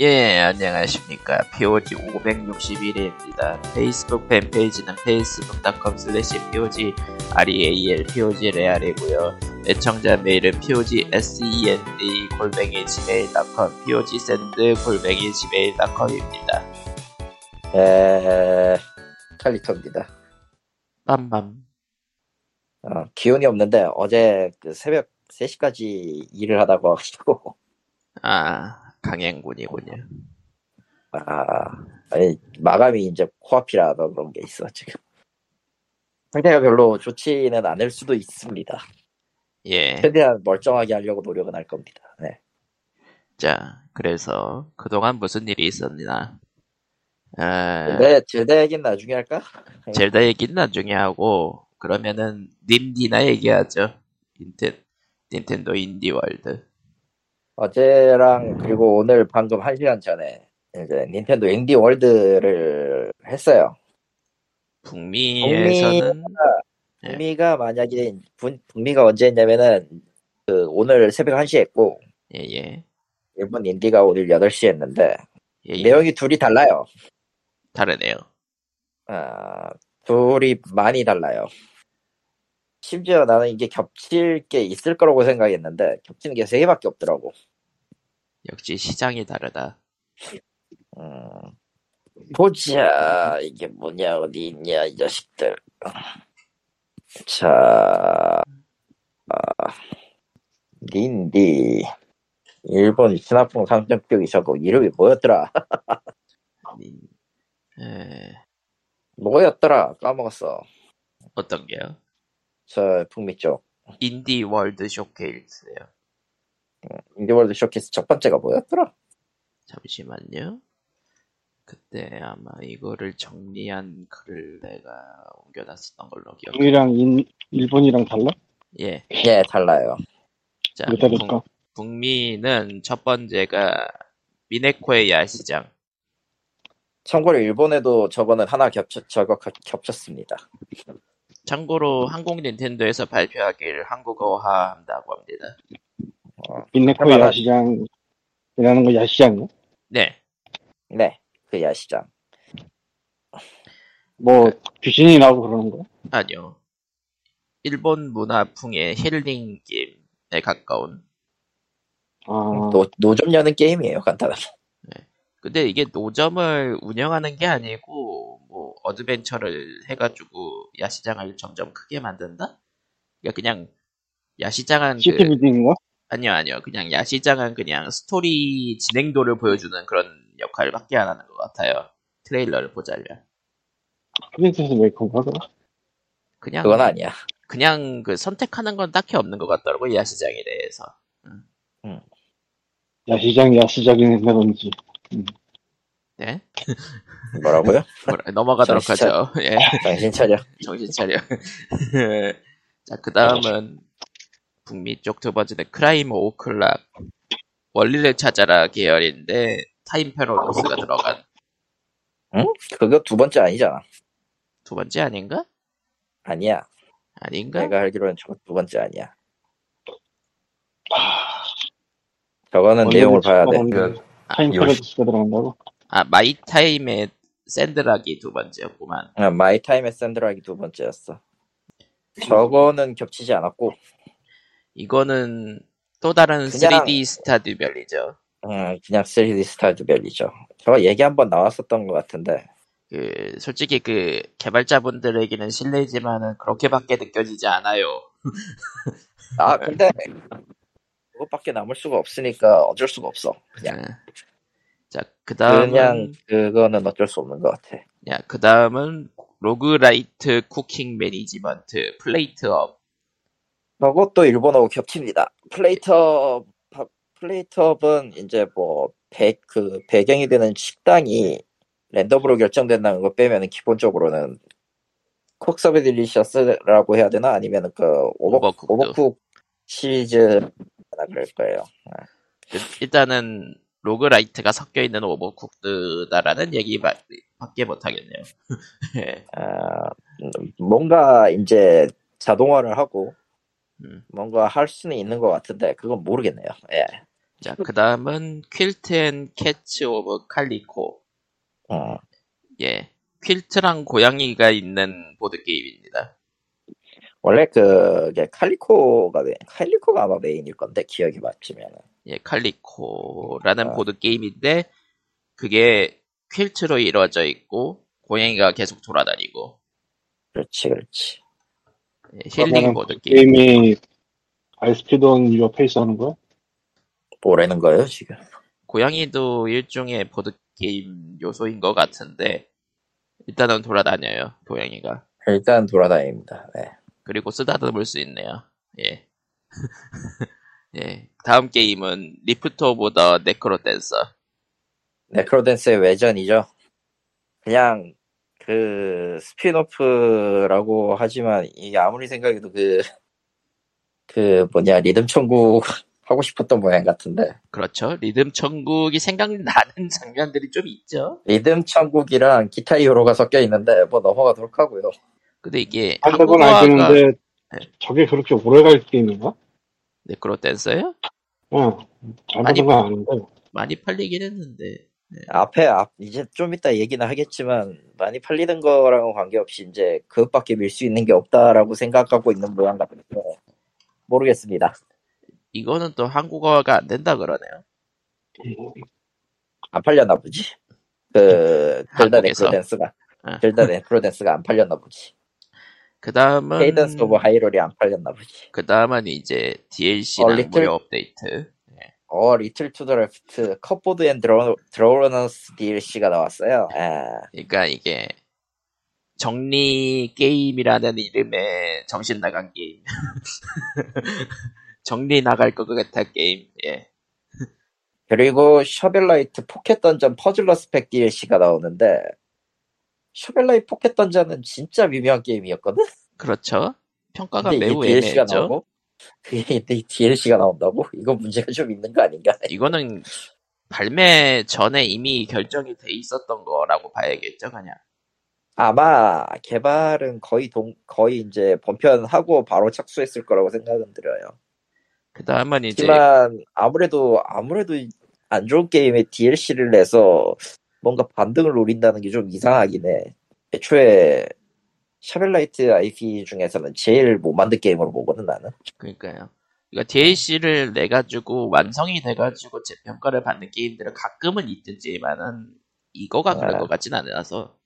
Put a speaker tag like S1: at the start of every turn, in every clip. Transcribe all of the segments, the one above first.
S1: 예, 안녕하십니까. POG 561회입니다. 페이스북 팬페이지는 facebook.com slash POG REAL POG 레알이고요. 애청자 메일은 POG SEND E 골뱅이 gmail.com POG 샌드 골뱅이 gmail.com입니다.
S2: 에, 칼리터입니다.
S1: 빰빰.
S2: 어, 기운이 없는데 어제 그 새벽 3시까지 일을 하다 와가지고
S1: 아, 강행군이군요.
S2: 아, 아니, 마감이 이제 코앞이라서 그런 게 있어 지금. 상태가 별로 좋지는 않을 수도 있습니다.
S1: 예.
S2: 최대한 멀쩡하게 하려고 노력은 할 겁니다. 네.
S1: 자, 그래서 그동안 무슨 일이 있었나. 아,
S2: 네, 제대 얘기는 나중에 할까?
S1: 네. 젤다 얘기는 나중에 하고 그러면은 님디나 얘기하죠. 닌텐 닌텐도 인디 월드.
S2: 어제랑 그리고 오늘 방금 1시간 전에 이제 닌텐도 인디 월드를 했어요.
S1: 북미에서는 네.
S2: 북미가 만약에 분- 북미가 언제 했냐면은 그 오늘 새벽 1시에 했고
S1: 예예 예,
S2: 일본 인디가 오늘 8시에 했는데
S1: 예, 예.
S2: 내용이 둘이 달라요.
S1: 다르네요.
S2: 아, 둘이 많이 달라요. 심지어 나는 이게 겹칠 게 있을 거라고 생각했는데 겹치는 게 세 개밖에 없더라고.
S1: 역시 시장이 다르다.
S2: 음, 보자 이게 뭐냐 어디 있냐 이 자식들. 자, 아, 닌디 일본 신화풍 상점격이 저거 이름이 뭐였더라?
S1: 닌- 에,
S2: 뭐였더라? 까먹었어.
S1: 어떤 게요?
S2: 저 북미 쪽
S1: 인디 월드 쇼케이스예요.
S2: 인디월드 쇼케이스 첫 번째가 뭐였더라?
S1: 잠시만요. 그때 아마 이거를 정리한 글을 내가 옮겨놨었던 걸로 기억.
S3: 북이랑 인, 일본이랑 달라?
S1: 예.
S2: 예, 달라요.
S1: 자,
S3: 왜 다를까?
S1: 북미는 첫 번째가 미네코의 야시장.
S2: 참고로 일본에도 저거는 하나 겹쳐, 저거 겹- 겹쳤습니다.
S1: 참고로 한국 닌텐도에서 발표하길 한국어화한다고 합니다.
S3: 민네코
S2: 해봐라.
S3: 야시장이라는 거 야시장이야?
S1: 네,
S2: 네, 그 야시장.
S3: 뭐 귀신이 나오고 그러는 거야?
S1: 아니요. 일본 문화풍의 힐링 게임에 가까운.
S3: 아,
S2: 노, 노점 여는 게임이에요, 간단하게.
S1: 근데 이게 노점을 운영하는 게 아니고 뭐 어드벤처를 해가지고 야시장을 점점 크게 만든다? 그러니까 그냥 야시장은
S3: 시티
S1: 그,
S3: 빌딩인가?
S1: 아니요 아니요 그냥 야시장은 그냥 스토리 진행도를 보여주는 그런 역할밖에 안 하는 것 같아요. 트레일러를 보자면
S3: 프린세스 메이커인가? 그거?
S1: 그냥
S2: 그건 아니야.
S1: 그냥 그 선택하는 건 딱히 없는 것 같더라고 이 야시장에 대해서
S3: 야시장 야시장이라든지
S1: 네
S2: 뭐라고요?
S1: 뭐라- 넘어가도록
S2: 정신
S1: 하죠 예
S2: 정신 차려.
S1: 정신 차려 자그 다음은 북미 쪽 두 번째는 크라임 오클락 원리를 찾아라 계열인데 타임 패러독스가 들어간
S2: 응? 그거 두 번째 아니잖아.
S1: 두 번째 아닌가
S2: 아니야.
S1: 아닌가
S2: 내가 알기로는 저거 두 번째 아니야. 저거는
S1: 그
S2: 내용을 봐야 돼.
S3: 타임
S4: 요시.
S3: 패러디스가 들어간다고?
S1: 아 마이 타임의 샌드락이 두 번째였구만
S2: 아, 마이 타임의 샌드락이 두 번째였어. 저거는 겹치지 않았고,
S1: 이거는 또 다른
S2: 그냥-
S1: 3D 스타듀별이죠
S2: 음, 그냥 3D 스타드 밸리죠. 저거 얘기 한번 나왔었던 것 같은데,
S1: 그 솔직히 그 개발자분들에게는 실례지만은 그렇게밖에 느껴지지 않아요.
S2: 아
S1: 네.
S2: 근데 그것밖에 남을 수가 없으니까 어쩔 수가 없어. 그냥
S1: 네. 자
S2: 그냥
S1: 그다음은
S2: 그거는 어쩔 수 없는 것 같아.
S1: 야 그다음은 로그라이트 쿠킹 매니지먼트 플레이트업
S2: 저것도 일본하고 겹칩니다. 플레이터 플레이터업은 이제 뭐배그 배경이 되는 식당이 랜덤으로 결정된다는 거 빼면은 기본적으로는 쿡 서브 딜리셔스라고 해야 되나 아니면은 그
S1: 오버쿡도.
S2: 오버쿡 오버쿡 시리즈나 그럴 거예요.
S1: 그, 일단은 로그라이트가 섞여 있는 오버쿡드다라는 얘기밖에 못 하겠네요. 예.
S2: 아, 음, 뭔가 이제 자동화를 하고
S1: 음.
S2: 뭔가 할 수는 있는 것 같은데 그건 모르겠네요. 예.
S1: 자, 그 다음은 퀼트 앤 캐츠 오브 칼리코.
S2: 어,
S1: 예. 퀼트랑 고양이가 있는 보드게임입니다.
S2: 원래 그게 칼리코가 메- 칼리코가 아마 메인일 건데 기억이 맞추면은
S1: 예, 칼리코라는
S2: 아.
S1: 보드게임인데, 그게 퀼트로 이루어져 있고, 고양이가 계속 돌아다니고,
S2: 그렇지 그렇지.
S1: 예, 힐링
S3: 그러면은
S1: 보드게임.
S3: 게임이 아이스피드 온 유어 페이스 하는 거야?
S2: 뭐라는 거예요 지금?
S1: 고양이도 일종의 보드게임 요소인 것 같은데, 일단은 돌아다녀요, 고양이가.
S2: 일단 돌아다닙니다. 네.
S1: 그리고 쓰다듬을 수 있네요. 예. 예. 다음 게임은 리프트 오브 더 네크로 댄서.
S2: 네크로댄스의 외전이죠. 그냥 그 스피노프라고 하지만 이게 아무리 생각해도 그 그 뭐냐 리듬 천국 하고 싶었던 모양 같은데
S1: 그렇죠. 리듬 천국이 생각나는 장면들이 좀 있죠.
S2: 리듬 천국이랑 기타 히어로가 섞여 있는데 뭐 넘어가도록 하고요.
S1: 근데 이게 한국어가
S3: 한다고는 아, 알겠는데
S1: 네.
S3: 저게 그렇게 오래갈 게임인가?
S1: 네크로 댄서요?
S3: 응.
S1: 아니.
S3: 잘못한 건 아닌데. 많이
S1: 많이 팔리긴 했는데.
S2: 앞에 앞 이제 좀 이따 얘기는 하겠지만 많이 팔리는 거랑은 관계없이 이제 그것밖에 밀 수 있는 게 없다라고 생각하고 있는 모양 같은데 모르겠습니다.
S1: 이거는 또 한국어가 안 된다 그러네요.
S2: 안 팔렸나 보지. 그 델다
S1: 한국에서?
S2: 네프로댄스가
S1: 아.
S2: 델다 네프로댄스가 안 팔렸나 보지.
S1: 그 다음은
S2: 헤이던스 오브 하이롤이 안 팔렸나 보지.
S1: 그 다음은 이제 DLC랑
S2: 어, 리틀-
S1: 무료 업데이트.
S2: 어 리틀 투 드래프트 컵보드 앤 드로 드로너스 DLC가 나왔어요. 아,
S1: 그러니까 이게 정리 게임이라는 이름의 정신 나간 게임. 정리 나갈 것 같아 게임. 예.
S2: 그리고 셔벨라이트 포켓 던전 퍼즐러 스펙 DLC가 나오는데 셔벨라이트 포켓 던전은 진짜 미묘한 게임이었거든.
S1: 그렇죠. 평가가
S2: 근데 이게
S1: 매우
S2: DLC가
S1: 애매했죠.
S2: 나오고 그게 근데 DLC가 나온다고? 이거 문제가 좀 있는 거 아닌가?
S1: 이거는 발매 전에 이미 결정이 돼 있었던 거라고 봐야겠죠, 그냥.
S2: 아마 개발은 거의 동 거의 이제 본편하고 바로 착수했을 거라고 생각은 들어요.
S1: 그 다음은 이제
S2: 하지만 아무래도 아무래도 안 좋은 게임에 DLC를 내서 뭔가 반등을 노린다는 게 좀 이상하긴 해. 애초에 샤벨라이트 IP 중에서는 제일 못 만든 게임으로 보거든 나는.
S1: 그러니까요. 그러니까 DLC를 내 가지고 완성이 돼 가지고 재평가를 받는 게임들은 가끔은 있든지만은 이거가 그런
S2: 아.
S1: 것 같진 않아서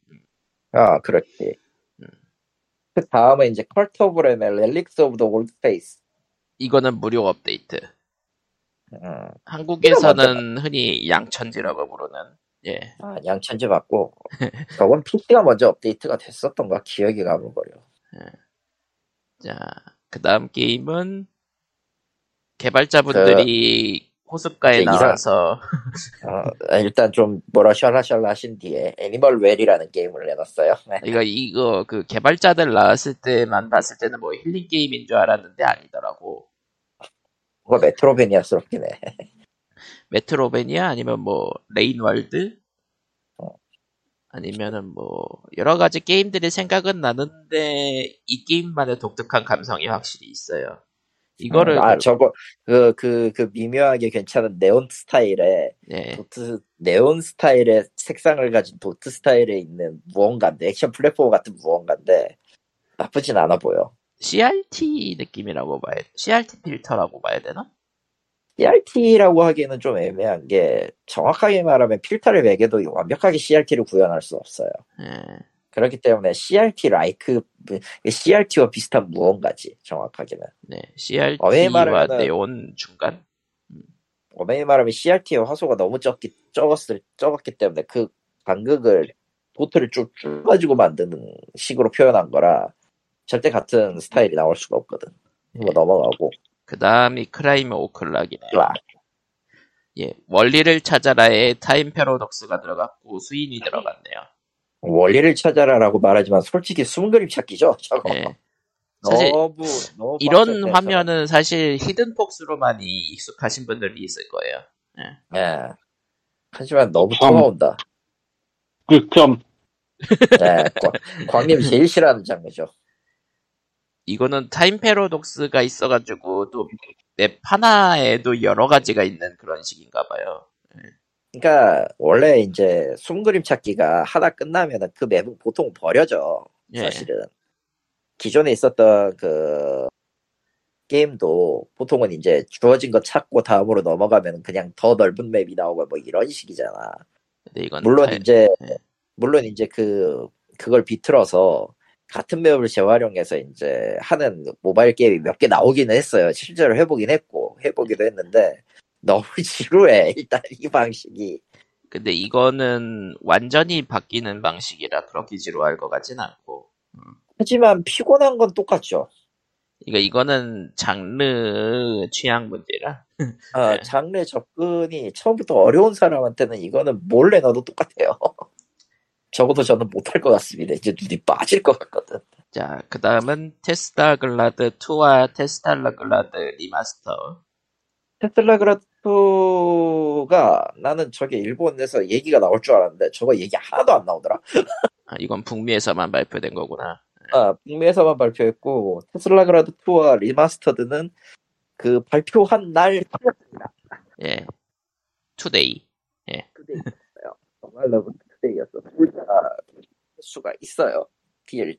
S2: 아 그렇지. 음. 그 다음에 이제 컬트 오브 레멜 렐릭스 오브 더 올드 페이스.
S1: 이거는 무료 업데이트.
S2: 음,
S1: 한국에서는 흔히 양천지라고 부르는 예
S2: 아, 양천지 맞고 저건 PC가 먼저 업데이트가 됐었던가 기억이 가물거려.
S1: 자, 그 다음 게임은 개발자분들이
S2: 그
S1: 호숫가에
S2: 이제 이상-
S1: 나와서
S2: 어, 일단 좀 뭐라 샬라샬라 하신 뒤에 애니멀 웰이라는 게임을 내놨어요. 네.
S1: 이거 이거 그 개발자들 나왔을 때만 봤을 때는 뭐 힐링 게임인 줄 알았는데 아니더라고
S2: 뭔가 메트로베니아스럽긴 해.
S1: 메트로베니아 아니면 뭐 레인월드
S2: 어.
S1: 아니면은 뭐 여러 가지 게임들이 생각은 나는데 이 게임만의 독특한 감성이 확실히 있어요. 이거를
S2: 아
S1: 그-
S2: 저거 그 그 그 미묘하게 괜찮은 네온 스타일의
S1: 예.
S2: 도트 네온 스타일의 색상을 가진 도트 스타일에 있는 무언가인데 액션 플랫폼 같은 무언가인데 나쁘진 않아 보여.
S1: CRT 느낌이라고 봐야 CRT 필터라고 봐야 되나?
S2: CRT라고 하기에는 좀 애매한 게 정확하게 말하면 필터를 매개도 완벽하게 CRT를 구현할 수 없어요.
S1: 예.
S2: 그렇기 때문에 CRT 라이크 그 CRT와 비슷한 무언가지 정확하게는.
S1: 네,
S2: 왜
S1: CRT와
S2: 어, 말하면은-
S1: 네온 중간?
S2: 어메이 말하면 CRT의 화소가 너무 적기, 적었을, 적었기 때문에 그 간극을 도트를 쭉 줄가지고 만드는 식으로 표현한 거라 절대 같은 스타일이 나올 수가 없거든. 이거
S1: 예.
S2: 넘어가고.
S1: 그 다음이 크라임 오클락이네요.
S2: 와,
S1: 예, 원리를 찾아라에 타임 패러독스가 들어갔고 수인이
S2: 음.
S1: 들어갔네요.
S2: 원리를 찾아라라고 말하지만 솔직히 숨은 그림 찾기죠? 저거.
S1: 예. 사실
S2: 너무, 너무
S1: 이런
S2: 빡센데,
S1: 화면은 사실 히든 폭스로만이 익숙하신 분들이 있을 거예요.
S2: 저거. 예. 하지만 너무
S3: 참.
S2: 터마온다. 네,
S3: 그, 그럼,
S2: 예. 광- 광님 제일 싫어하는 장르죠.
S1: 이거는 타임 패러독스가 있어가지고 또 맵 하나에도 여러 가지가 있는 그런 식인가 봐요.
S2: 그러니까 원래 이제 숨그림 찾기가 하다 끝나면은 그 맵은 보통 버려져
S1: 예.
S2: 사실은 기존에 있었던 그 게임도 보통은 이제 주어진 거 찾고 다음으로 넘어가면 그냥 더 넓은 맵이 나오고 뭐 이런 식이잖아
S1: 근데 이건
S2: 물론
S1: 타임-
S2: 이제
S1: 네.
S2: 물론 이제 그 그걸 비틀어서 같은 맵을 재활용해서 이제 하는 모바일 게임이 몇 개 나오기는 했어요. 실제로 해보긴 했고 해보기도 했는데 너무 지루해 일단 이 방식이
S1: 근데 이거는 완전히 바뀌는 방식이라 그렇게 지루할 것 같진 않고.
S2: 하지만 피곤한 건 똑같죠.
S1: 그러니까 이거는 장르 취향 문제라.
S2: 아,
S1: 네.
S2: 장르 접근이 처음부터 어려운 사람한테는 이거는 몰래 넣어도 똑같아요. 적어도 저는 못할 것 같습니다. 이제 눈이 빠질 것 같거든.
S1: 자, 그 다음은 테스타 글라드 2와 테스탈라 글라드 리마스터.
S2: 테슬라 그라프가 나는 저게 일본에서 얘기가 나올 줄 알았는데 저거 얘기 하나도 안 나오더라.
S1: 아, 이건 북미에서만 발표된 거구나.
S2: 아, 북미에서만 발표했고 테슬라 그라드 2와 리마스터드는 그 발표한 날 팔렸습니다.
S1: 예. 투데이.
S2: 그데이였어요. 정말 너무 그데이였어. 둘다 수가 있어요. DL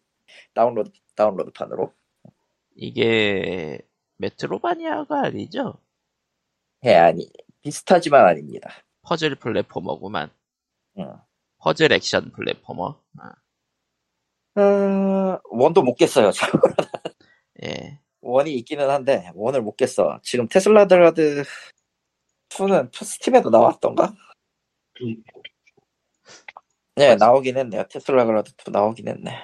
S2: 다운로드 다운로드판으로.
S1: 이게 메트로바니아가 아니죠?
S2: 예, 아니 비슷하지만 아닙니다.
S1: 퍼즐 플랫포머구만.
S2: 응.
S1: 퍼즐 액션 플랫포머. 아,
S2: 아, 원도 못 깼어요. 저.
S1: 예.
S2: 원이 있기는 한데 원을 못 깼어. 지금 테슬라 그라드 2는 스팀에도 나왔던가?
S3: 음.
S2: 네, 나오긴 했네요. 테슬라 그라드 2 나오긴 했네.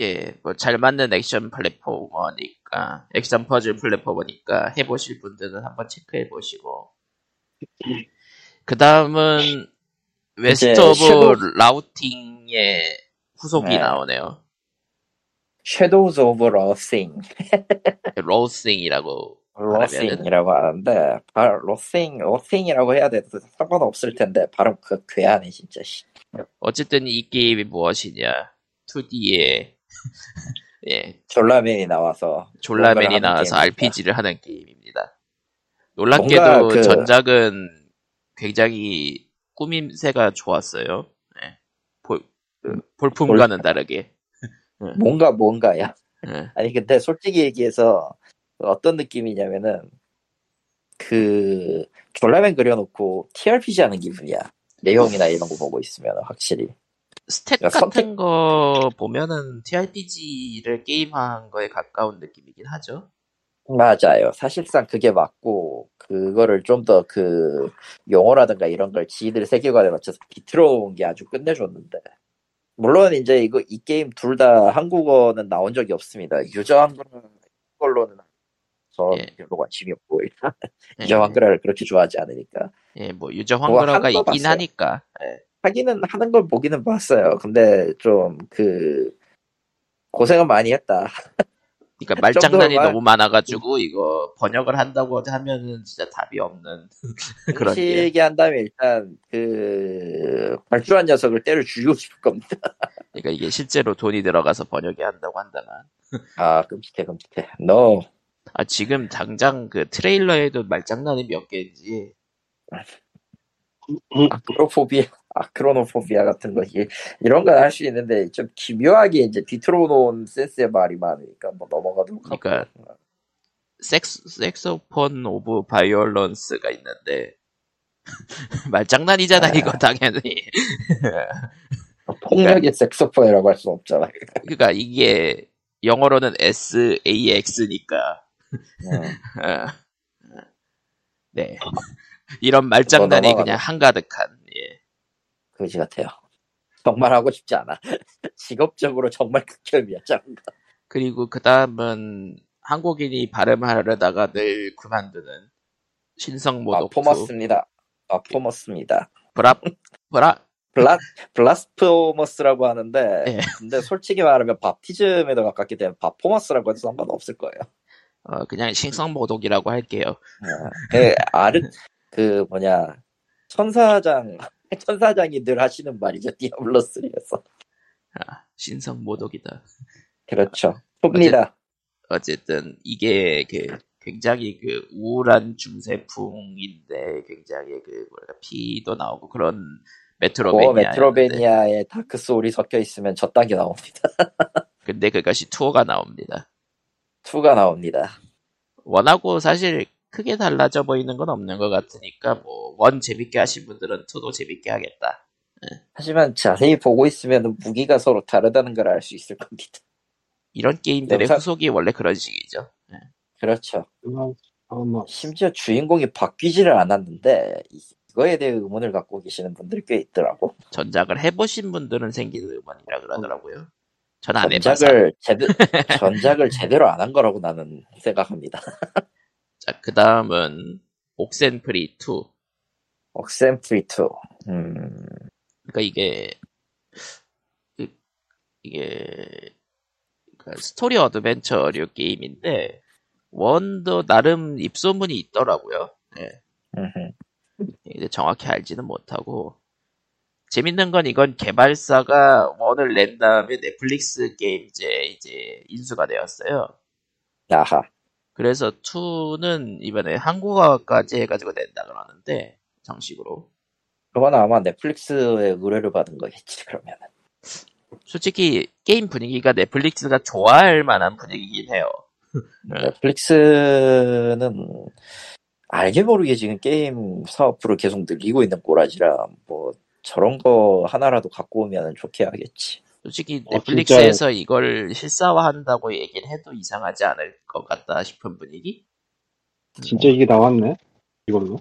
S1: 예, 뭐 잘 맞는 액션 플랫포머니까 액션 퍼즐 플랫포머니까 해보실 분들은 한번 체크해 보시고 그 다음은
S2: 이제
S1: 웨스트 오브
S2: 섀도우-
S1: 라우팅의 후속이
S2: 네.
S1: 나오네요.
S2: Shadows of Rosing,
S1: 로싱이라고
S2: Rosing이라고 하는데 발 Rosing, Rosing이라고 해야 돼도 상관없을 텐데 발음 그 괴하네 진짜. 씨.
S1: 어쨌든 이 게임이 무엇이냐 2D의 예
S2: 졸라맨이 나와서 뭔가를
S1: 졸라맨이
S2: 하는
S1: 나와서
S2: 게임이니까.
S1: RPG를 하는 게임입니다. 놀랍게도
S2: 뭔가 그-
S1: 전작은 굉장히 꾸밈새가 좋았어요. 예. 볼, 그
S2: 음,
S1: 볼품과는 다르게.
S2: 뭔가 뭔가야.
S1: 예.
S2: 아니 근데 솔직히 얘기해서 어떤 느낌이냐면은 그 졸라맨 그려놓고 TRPG 하는 기분이야. 내용이나 이런 거 보고 있으면 확실히.
S1: 스탯
S2: 야,
S1: 같은
S2: 선택-
S1: 거 보면은 TRPG를 게임한 거에 가까운 느낌이긴 하죠.
S2: 맞아요. 사실상 그게 맞고 그거를 좀 더 그 용어라든가 이런 걸 지들 세계관에 맞춰서 비틀어온 게 아주 끝내줬는데. 물론 이제 이거 이 게임 둘 다 한국어는 나온 적이 없습니다. 유저 한글은 걸로는 저
S1: 예.
S2: 별로 관심이 없고 일단
S1: 예.
S2: 유저 한글을 그렇게 좋아하지 않으니까
S1: 예, 뭐 유저
S2: 뭐
S1: 황그라가
S2: 하는 거
S1: 있긴
S2: 봤어요.
S1: 하니까. 예.
S2: 하기는 하는 걸 보기는 봤어요. 근데 좀 그 고생은 많이 했다.
S1: 그러니까
S2: 더
S1: 말장난이
S2: 말-
S1: 너무 많아가지고 이거 번역을 한다고 하면은 진짜 답이 없는 그런 게.
S2: 음식이 한 다음에 일단 그 발주한 녀석을 때려 죽이고 싶을 겁니다.
S1: 그러니까 이게 실제로 돈이 들어가서 번역이 한다고 한다면.
S2: 아 끔찍해 끔찍해. No.
S1: 아, 지금 당장 그 트레일러에도 말장난이 몇 개인지.
S3: 음,
S2: 아크로포비아, 아크로노포비아 같은 거 이게 이런 건 할 수 있는데 좀 기묘하게 이제 뒤틀어 놓은 센스의 말이 많으니까 뭐 넘어가도록 하고.
S1: 그러니까 섹스, 섹소폰 오브 바이올런스가 있는데. 말장난이잖아, 이거 당연히.
S2: 폭력의 섹소폰이라고 할 수 없잖아.
S1: 그러니까 이게 영어로는 SAX니까.
S2: 음,
S1: 아. 네. 이런 말장난이
S2: 넘어가네.
S1: 그냥 한가득한. 예.
S2: 그지 같아요. 정말 하고 싶지 않아. 직업적으로 정말 극혐이야. 참.
S1: 그리고 그 다음은 한국인이 발음하려다가 늘 그만두는 신성모
S2: 아
S1: 노프.
S2: 포머스입니다. 아
S1: 예.
S2: 포머스입니다.
S1: 브라, 브라,
S2: 블라, 블라스포머스라고 하는데,
S1: 예.
S2: 근데 솔직히 말하면 바티즘에도 가깝기 때문에 바포머스라고 해도 상관없을 거예요.
S1: 어, 그냥 신성모독이라고 할게요.
S2: 그, 아르, 그, 뭐냐, 천사장, 천사장이 늘 하시는 말이죠. 디아블로3에서.
S1: 아, 신성모독이다.
S2: 그렇죠. 톱니다.
S1: 어쨌든 이게 그 굉장히 그 우울한 중세풍인데 굉장히 그 뭐랄까 피도 나오고 그런 메트로베니아
S2: 고어 메트로베니아에 다크 소울이 섞여 있으면 저딴게 나옵니다.
S1: 근데 그것이 투어가 나옵니다
S2: 2가 나옵니다.
S1: 원하고 사실 크게 달라져 보이는 건 없는 것 같으니까 뭐 원 재밌게 하신 분들은 투도 재밌게 하겠다
S2: 하지만 자세히 보고 있으면 무기가 서로 다르다는 걸 알 수 있을 겁니다.
S1: 이런 게임들의
S2: 영상-
S1: 후속이 원래 그런 식이죠
S2: 그렇죠.
S3: 그만, 잠깐만.
S2: 심지어 주인공이 바뀌지를 않았는데 이- 이거에 대해 의문을 갖고 계시는 분들이 꽤 있더라고.
S1: 전작을 해보신 분들은 생기는 음원이라 그러더라고요 전 안 해봐서
S2: 전작을 제대 전작을 제대로 안 한 거라고 나는 생각합니다.
S1: 자, 그 다음은 옥센프리 2.
S2: 억센프리 2. 음,
S1: 그러니까 이게 이- 이게 그러니까 스토리 어드벤처류 게임인데 원도 나름 입소문이 있더라고요. 예.
S2: 음흠.
S1: 이제 정확히 알지는 못하고 재밌는 건 이건 개발사가 원을 낸 다음에 넷플릭스 게임제 이제 인수가 되었어요.
S2: 아하.
S1: 그래서 2는 이번에 한국어까지 해가지고 낸다 그러는데 정식으로
S2: 그건 아마 넷플릭스의 의뢰를 받은 거겠지 그러면.
S1: 솔직히 게임 분위기가 넷플릭스가 좋아할 만한 분위기긴 해요. 네.
S2: 넷플릭스는 알게 모르게 지금 게임 사업부를 계속 늘리고 있는 꼬라지라 뭐 저런 거 하나라도 갖고 오면 좋게 하겠지.
S1: 솔직히
S3: 어,
S1: 넷플릭스에서 이걸 실사화한다고 얘기를 해도 이상하지 않을 것 같다 싶은 분위기?
S3: 진짜 이게 나왔네? 이걸로.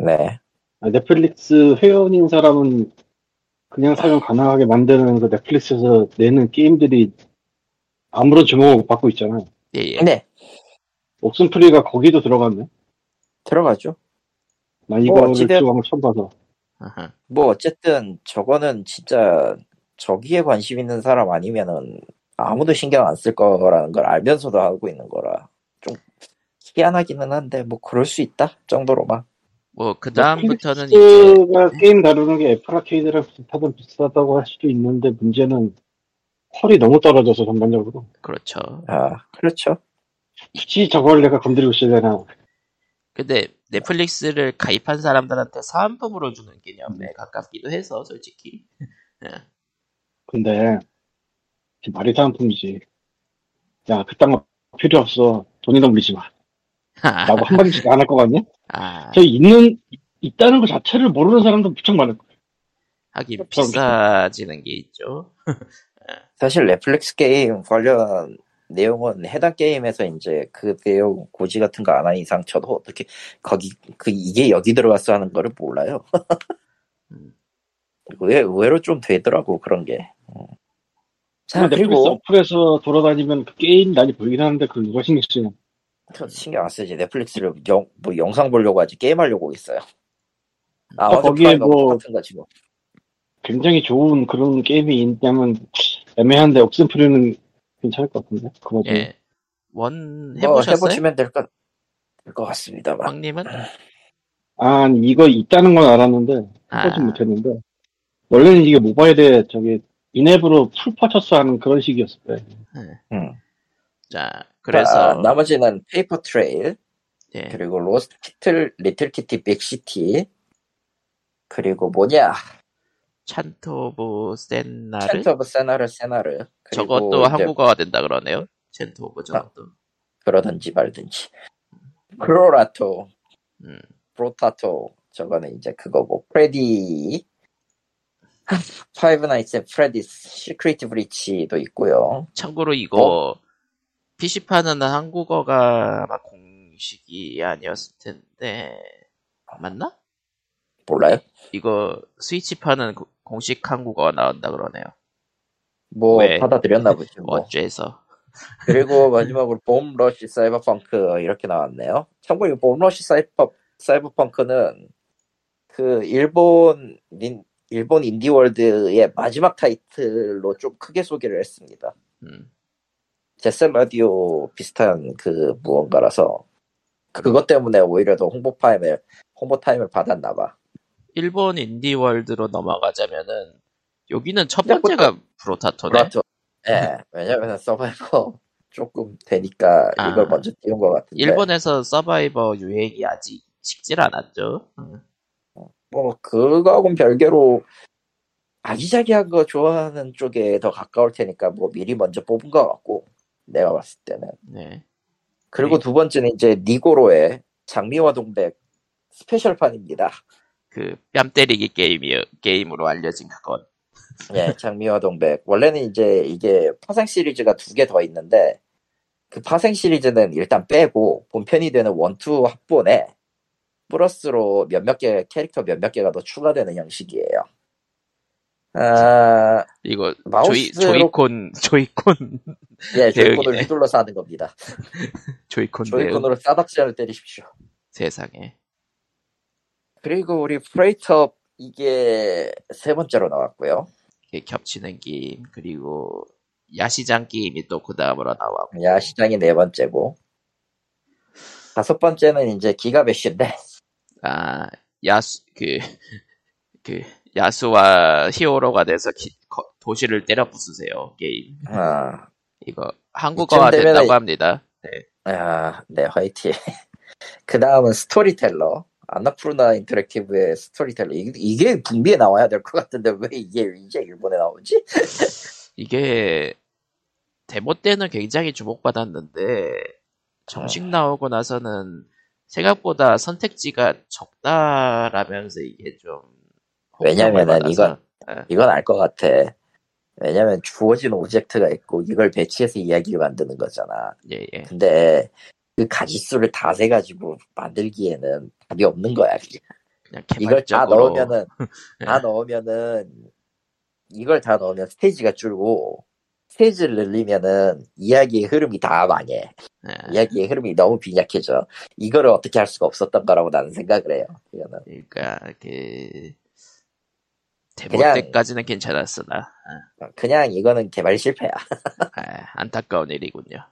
S2: 네.
S3: 아, 넷플릭스 회원인 사람은 그냥 사용 가능하게 만드면서 넷플릭스에서 내는 게임들이 아무런 주목을 못 받고 있잖아. 요
S1: 예, 예.
S2: 네.
S3: 옥슨프리가 거기도 들어갔네.
S2: 들어가죠.
S3: 나 이거를
S2: 어찌됐-
S3: 지금 처음 봐서.
S1: 아하.
S2: 뭐 어쨌든 저거는 진짜 저기에 관심 있는 사람 아니면은 아무도 신경 안 쓸 거라는 걸 알면서도 하고 있는 거라 좀 희한하기는 한데 뭐 그럴 수 있다 정도로만.
S1: 뭐, 그 다음부터는 이제,
S3: 넷플릭스가 게임 다루는 게 애플 아케이드랑 비슷하든 비슷하다고 할 수도 있는데 문제는 퀄이 너무 떨어져서 전반적으로.
S1: 그렇죠.
S2: 아 그렇죠.
S3: 굳이 저걸 내가 건드리고 있어야 되나.
S1: 근데 넷플릭스를 가입한 사람들한테 사은품으로 주는 개념에 가깝기도 해서, 솔직히.
S3: 근데 이게 말이 상품이지. 야 그딴 거 필요 없어. 돈이나 물리지 마. 라고 한마디씩 안 할 것 같냐?
S1: 아,
S3: 아, 저 있는 있다는 것 자체를 모르는 사람도 무척 많을 거야.
S1: 하긴 비싸지는 게 있죠.
S2: 사실 넷플릭스 게임 관련 내용은 해당 게임에서 이제 그 내용 고지 같은 거 안 한 이상 저도 어떻게 거기 그 이게 여기 들어갔어 하는 거를 몰라요.
S1: 음.
S2: 왜 의외로 좀 되더라고 그런 게. 음.
S1: 아,
S2: 자
S3: 넷플릭스
S2: 그리고
S3: 어플에서 돌아다니면 그 게임 난이 보이긴 하는데 그걸 누가 신경 쓰냐?
S2: 저 신경 안 쓰지 넷플릭스를 영, 뭐 영상 보려고 하지 게임 하려고 있어요. 아
S3: 어,
S2: 어제
S3: 거기에
S2: 프라이가
S3: 뭐-
S2: 똑같은 거지 뭐.
S3: 굉장히 좋은 그런 게임이 있다면 애매한데 옥슨프리는 괜찮을 것 같은데 그 와중에
S1: 예. 원
S2: 뭐
S1: 해보셨어요?
S2: 해보시면 될 것 될 것 같습니다만.
S1: 왕님은?
S3: 아 이거 있다는 건 알았는데 해보진
S1: 아.
S3: 못했는데 원래는 이게 모바일에 저기 인앱으로 풀 퍼쳐서 하는 그런 식이었을 때
S2: 음.
S1: 자, 그래서,
S2: 아, 나머지는 페이퍼 트레일,
S1: 예.
S2: 그리고 로스트 키틀, 리틀 키티, 빅시티. 그리고 뭐냐?
S1: 찬트 오브 센나르
S2: 챈트 오브 세나르, 세나르. 그리고
S1: 저것도
S2: 이제
S1: 한국어가 된다 그러네요 아. 찬트 오브 저것도
S2: 그러든지 말든지. 크로라토,
S1: 음.
S2: 브로타토. 저거는 이제 그거고. 프레디. 파이브 나이츠 의 프레디스, 시크릿 브리치도 있고요.
S1: 참고로 이거 PC판은 한국어가 아마 공식이 아니었을 텐데 맞나?
S2: 몰라요?
S1: 이거 스위치판은 고- 공식 한국어가 나온다 그러네요
S2: 뭐
S1: 왜?
S2: 받아들였나 보죠. 뭐.
S1: 원주에서
S2: 그리고 마지막으로 봄 러쉬 사이버펑크 이렇게 나왔네요. 참고로 이봄 러쉬 사이버 사이버펑크는 그 일본 닌- 일본 인디월드의 마지막 타이틀로 좀 크게 소개를 했습니다.
S1: 음.
S2: 제스 라디오 비슷한 그 무언가라서 그것 때문에 오히려 더 홍보 타임을 홍보 타임을 받았나 봐.
S1: 일본 인디월드로 넘어가자면은 여기는 첫
S2: 시작부터-
S1: 번째가 어, 브로타토네
S2: 브라토. 예. 왜냐면은 서바이벌 조금 되니까
S1: 아.
S2: 이걸 먼저 띄운 것 같은데.
S1: 일본에서 서바이버 유행이 아직 식질 않았죠. 음.
S2: 뭐 그거하고는 별개로 아기자기한 거 좋아하는 쪽에 더 가까울 테니까 뭐 미리 먼저 뽑은 것 같고 내가 봤을 때는
S1: 네.
S2: 그리고
S1: 네.
S2: 두 번째는 이제 니고로의 장미와 동백 스페셜판입니다.
S1: 그뺨 때리기 게임이 게임으로 알려진 그건.
S2: 예, 장미와 동백 원래는 이제 이게 파생 시리즈가 두 개 더 있는데 그 파생 시리즈는 일단 빼고 본편이 되는 원투 합본에 플러스로 몇몇 개 캐릭터 몇몇 개가 더 추가되는 형식이에요. 아,
S1: 이거 조이
S2: 마우스로-
S1: 조이콘 조이콘 대응이네. 네.
S2: 예, 조이콘을 휘둘러서 하는 겁니다.
S1: 조이콘 대응
S2: 조이콘으로 싸닥지를 때리십시오.
S1: 세상에.
S2: 그리고 우리 프레이터 이게 세 번째로 나왔고요.
S1: 이게 겹치는 게임 그리고 야시장 게임이 또 그 다음으로 나와.
S2: 야 시장이 네 번째고 다섯 번째는 이제 기가베쉬인데
S1: 아 야수 그그 야수와 히어로가 돼서 기- 거- 도시를 때려 부수세요 게임.
S2: 아,
S1: 이거 한국어가
S2: 이쯤 되면은-
S1: 된다고 합니다. 네.
S2: 아, 네 화이팅. 그 다음은 스토리텔러 아나푸르나 인터랙티브의 스토리텔러 이- 이게 분비에 나와야 될 것 같은데 왜 이게 이제 일본에 나오지?
S1: 이게 데모 때는 굉장히 주목받았는데 정식 나오고 나서는 생각보다 선택지가 적다라면서 이게 좀
S2: 어, 왜냐면은
S1: 혹평을 받아서.
S2: 이건- 이건 알 것 같아. 왜냐면 주어진 오젝트가 있고 이걸 배치해서 이야기를 만드는 거잖아.
S1: 예, 예.
S2: 근데 그 가짓수를 다 세가지고 만들기에는 답이 없는 거야. 그게. 예.
S1: 그냥
S2: 이걸 다
S1: 개발적으로
S2: 넣으면은, 다 넣으면은, 이걸 다 넣으면 스테이지가 줄고, 스테이지를 늘리면은 이야기의 흐름이 다 망해.
S1: 예.
S2: 이야기의 흐름이 너무 빈약해져. 이거를 어떻게 할 수가 없었던 거라고 나는 생각을 해요. 이거는.
S1: 그러니까 그 데모
S2: 그냥-
S1: 때까지는 괜찮았으나
S2: 그냥 이거는 개발 실패야.
S1: 아, 안타까운 일이군요.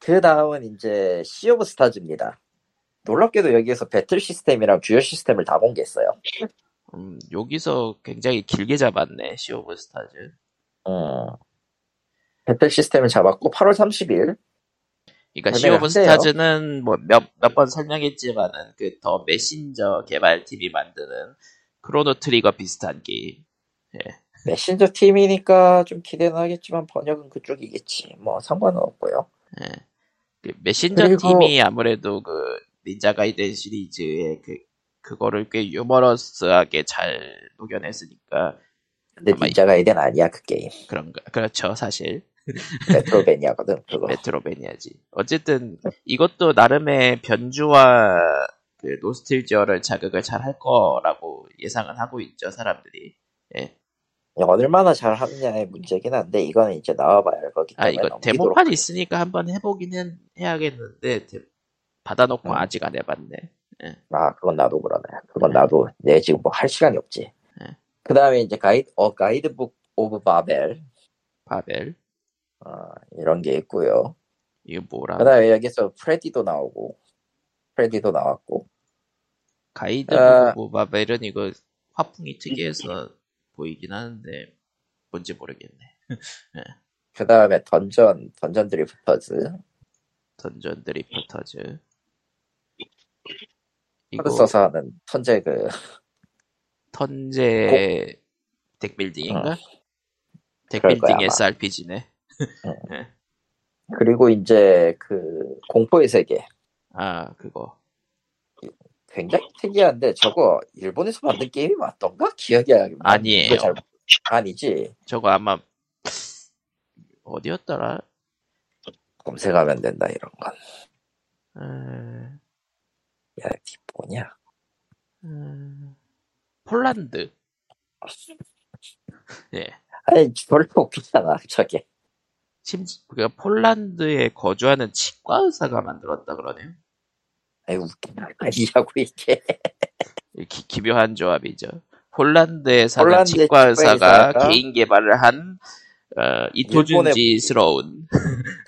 S2: 그 다음은 이제 시 오브 스타즈입니다. 놀랍게도 여기에서 배틀 시스템이랑 듀얼 시스템을 다 공개했어요.
S1: 음, 여기서 굉장히 길게 잡았네 시오브 스타즈.
S2: 음. 배틀 시스템을 잡았고 8월 30일
S1: 그러니까
S2: 발매를
S1: 시 오브
S2: 한대요.
S1: 스타즈는 뭐 몇 몇 번 설명했지만은 그 더 메신저 개발팀이 만드는 크로노 트리거 비슷한 게임.
S2: 메신저 팀이니까 좀 기대는 하겠지만 번역은 그쪽이겠지. 뭐 상관은 없고요.
S1: 예. 그 메신저
S2: 그리고-
S1: 팀이 아무래도 그 닌자 가이드 시리즈의 그 그거를 꽤 유머러스하게 잘 녹여냈으니까
S2: 근데
S1: 아마
S2: 닌자가 이덴 아니야 그 게임.
S1: 그런가 그렇죠 사실
S2: 메트로베니아거든 그거.
S1: 메트로베니아지 어쨌든 이것도 나름의 변주와 그 노스틸지어를 자극을 잘 할 거라고 예상은 하고 있죠 사람들이 예.
S2: 얼마나 잘 하느냐의 문제긴 한데 이거는 이제 나와봐야 할 거기
S1: 아
S2: 때문에
S1: 이거
S2: 넘기도록
S1: 데모판이
S2: 하겠-
S1: 있으니까 한번 해보긴 해, 해야겠는데 데- 받아놓고
S2: 음.
S1: 아직 안 해봤네.
S2: 아 그건 나도 그러네. 그건 나도 내 지금 뭐 할 시간이 없지.
S1: 네.
S2: 그 다음에 이제 가이드 어 가이드북 오브 바벨
S1: 바벨
S2: 어, 이런 게 있고요.
S1: 이거 뭐라
S2: 그 다음에 여기서 프레디도 나오고 프레디도 나왔고
S1: 가이드
S2: 아.
S1: 보고 바벨은 이거 화풍이 특이해서 보이긴 하는데 뭔지 모르겠네.
S2: 그 다음에 던전 던전 드리프터즈
S1: 던전 드리프터즈
S2: 카드
S1: 이거
S2: 써서 하는 천재 그
S1: 턴제 덱빌딩인가?
S2: 어. 그럴 거야,
S1: 덱빌딩
S2: 아마.
S1: SRPG네.
S2: 그리고 이제 그 공포의 세계
S1: 아 그거
S2: 굉장히 특이한데 저거 일본에서 만든 게임이 맞던가 기억이 안 나.
S1: 아니에요.
S2: 이거 잘- 아니지
S1: 저거 아마 어디였더라?
S2: 검색하면 된다 이런 건.
S1: 음...
S2: 야 이게 뭐냐?
S1: 음, 폴란드. 예.
S2: 아니 별로 없잖아 저게.
S1: 심지, 그러니까 폴란드에 거주하는 치과 의사가 만들었다 그러네요.
S2: 아이 웃기나 아니라고 이게.
S1: 이 기, 기묘한 조합이죠. 폴란드에 사는
S2: 폴란드의
S1: 치과 의사가
S2: 치과 의사가
S1: 개인 개발을 한 어, 이토준지스러운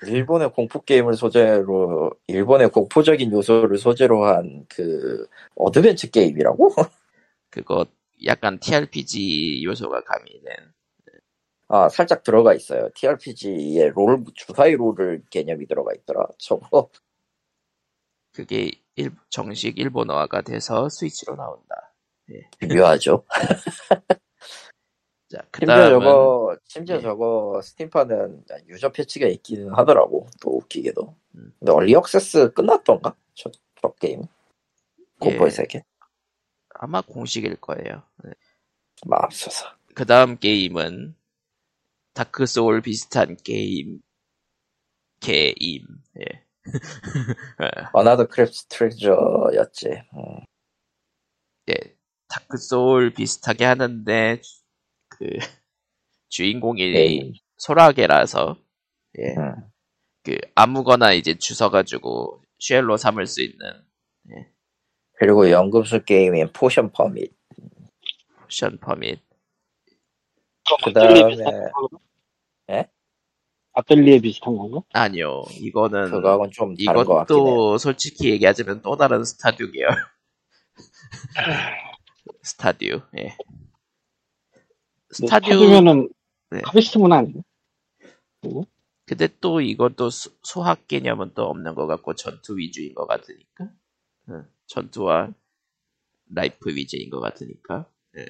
S2: 일본의 공포 게임을 소재로 일본의 공포적인 요소를 소재로 한 그 어드벤처 게임이라고?
S1: 그거 약간 TRPG 요소가 가미된
S2: 아, 살짝 들어가 있어요. TRPG에 롤, 주사위 롤을 개념이 들어가 있더라. 저거,
S1: 그게 일- 정식 일본어화가 돼서 스위치로 나온다.
S2: 묘하죠.
S1: 자, 그
S2: 심지어
S1: 다음은
S2: 저거, 심지어
S1: 네.
S2: 저거, 스팀판은 유저 패치가 있기는 하더라고. 또 웃기게도.
S1: 음.
S2: 근데 얼리 억세스 끝났던가? 저, 저 게임.
S1: 예.
S2: 공포의 세계.
S1: 아마 공식일 거예요.
S2: 마없어서.
S1: 그 다음 게임은 다크 소울 비슷한 게임 게임 예. 아.
S2: 어나더 크랩스 트레저였지. 음.
S1: 예, 다크 소울 비슷하게 하는데 주- 그 주인공이
S2: 게임.
S1: 소라게라서 예.
S2: 음.
S1: 그 아무거나 이제 주워 가지고 쉘로 삼을 수 있는
S2: 그리고 연금술 게임인 포션 퍼밋.
S1: 포션 퍼밋
S2: 그다음에-
S3: 아뜰리에 비슷한 건가?
S2: 예?
S3: 아뜰리에 비슷한 건가?
S1: 아니요 이거는
S2: 그거하고는 좀 다른 것 같긴 해.
S1: 이것도 솔직히 얘기하자면 또 다른 스타듀 계열 스타듀
S2: 네,
S1: 예 스타듀
S3: 찾으면은
S1: 네.
S3: 카비스문 아니에요?
S1: 근데 또 이것도 수- 수학 개념은 또 없는 것 같고 전투 위주인 것 같으니까 응. 전투와 라이프 위주인 것 같으니까 예.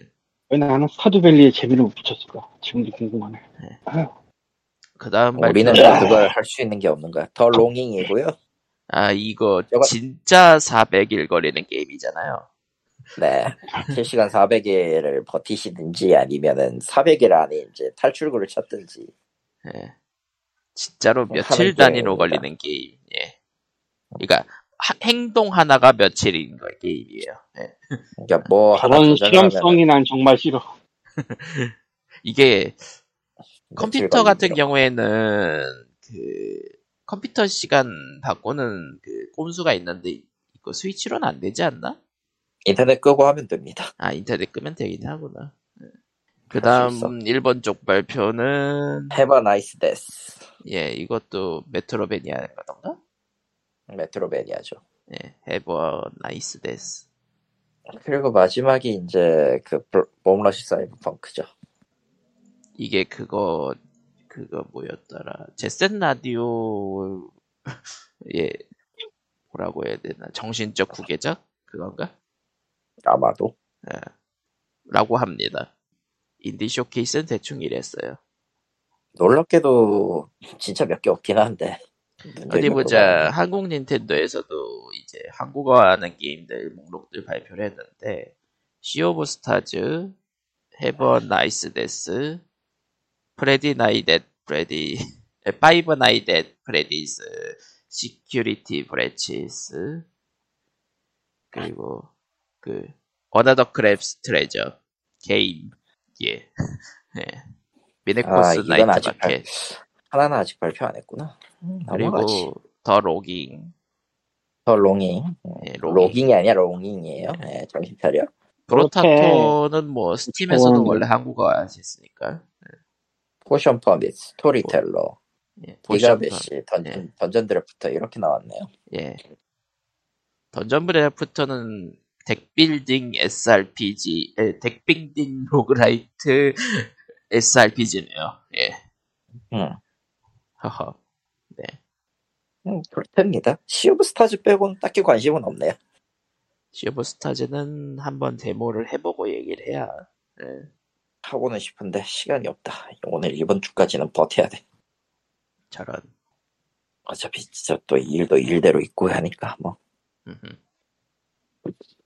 S3: 왜 나는 스타듀밸리에 재미를 못 붙였을까? 지금도 궁금하네.
S1: 그 다음
S2: 우리는
S1: 발표는
S2: 그걸 할 수 있는 게 없는 거야. 더 롱잉이고요.
S1: 아 이거
S2: 저거-
S1: 진짜 400일 걸리는 게임이잖아요
S2: 네. 실시간 400일을 버티시든지 아니면은 400일 안에 이제 탈출구를 찾든지.
S1: 예. 진짜로
S2: 하는
S1: 며칠
S2: 게임이다.
S1: 단위로 걸리는 게임 예. 그러니까 하- 행동 하나가 며칠인 거 게임이에요 예.
S2: 그러니까 뭐 하나
S3: 저런
S2: 도전하면
S3: 실험성이 난 정말 싫어.
S1: 이게
S2: 뭐
S1: 컴퓨터 같은 경우에는 그 컴퓨터 시간 바꾸는 그 꼼수가 있는데 이거 스위치로는 안 되지 않나?
S2: 인터넷 끄고 하면 됩니다.
S1: 아 인터넷 끄면 되긴 하구나. 예.
S2: 할수 있어.
S1: 그다음 일본 쪽 발표는
S2: Have a nice death.
S1: 예 이것도 메트로베니아던가?
S2: 메트로베니아죠.
S1: 예 Have a nice death.
S2: 그리고 마지막이 이제 그 봄러시 사이버펑크죠.
S1: 이게 그거 그거 뭐였더라? 제센 라디오 예 뭐라고 해야 되나? 정신적 후계자 그건가?
S2: 아마도.
S1: 예. 라고 합니다. 인디 쇼케이스는 대충 이랬어요.
S2: 놀랍게도 진짜 몇 개 없긴 한데.
S1: 어디
S2: 문제는
S1: 보자. 한국 닌텐도에서도 이제 한국어 하는 게임들 목록들 발표를 했는데 시 오브 스타즈, 헤버 나이스 데스, 프레디 나이댓 프레디, 파이브 나이댓 프레디스, 시큐리티 브레치스, 그리고 그 어나더 크랩스 트레저 게임 예. 네.
S2: 아,
S1: 미네코스
S2: 이건
S1: 나이트
S2: 아직 발-
S1: 마켓
S2: 하나는 아직 발표 안 했구나. 음, 넘어가지.
S1: 그리고 더 로깅
S2: 더 롱잉.
S1: 예, 로깅.
S2: 로깅. 이 아니라 롱잉이에요. 예, 정신 차려.
S1: 프로타토는 뭐 스팀에서도
S3: 그건-
S1: 원래 한국어가 있으니까
S2: 포션 퍼밋, 스토리텔러,
S1: 예,
S2: 디가베시,
S1: 예.
S2: 던전, 던전 드래프터 이렇게 나왔네요.
S1: 예 던전 브레프터는 덱빌딩 SRPG 예, 덱빌딩 로그라이트 SRPG네요 예
S2: 음.
S1: 허허 네.
S2: 음, 그렇답니다. 시오브 스타즈 빼고는 딱히 관심은 없네요.
S1: 시오브스타즈는 한번 데모를 해보고 얘기를 해야 예.
S2: 하고는 싶은데 시간이 없다. 오늘 이번 주까지는 버텨야 돼.
S1: 저런
S2: 어차피 진짜 또 일도 일대로 있고 하니까 뭐.
S1: 음흠.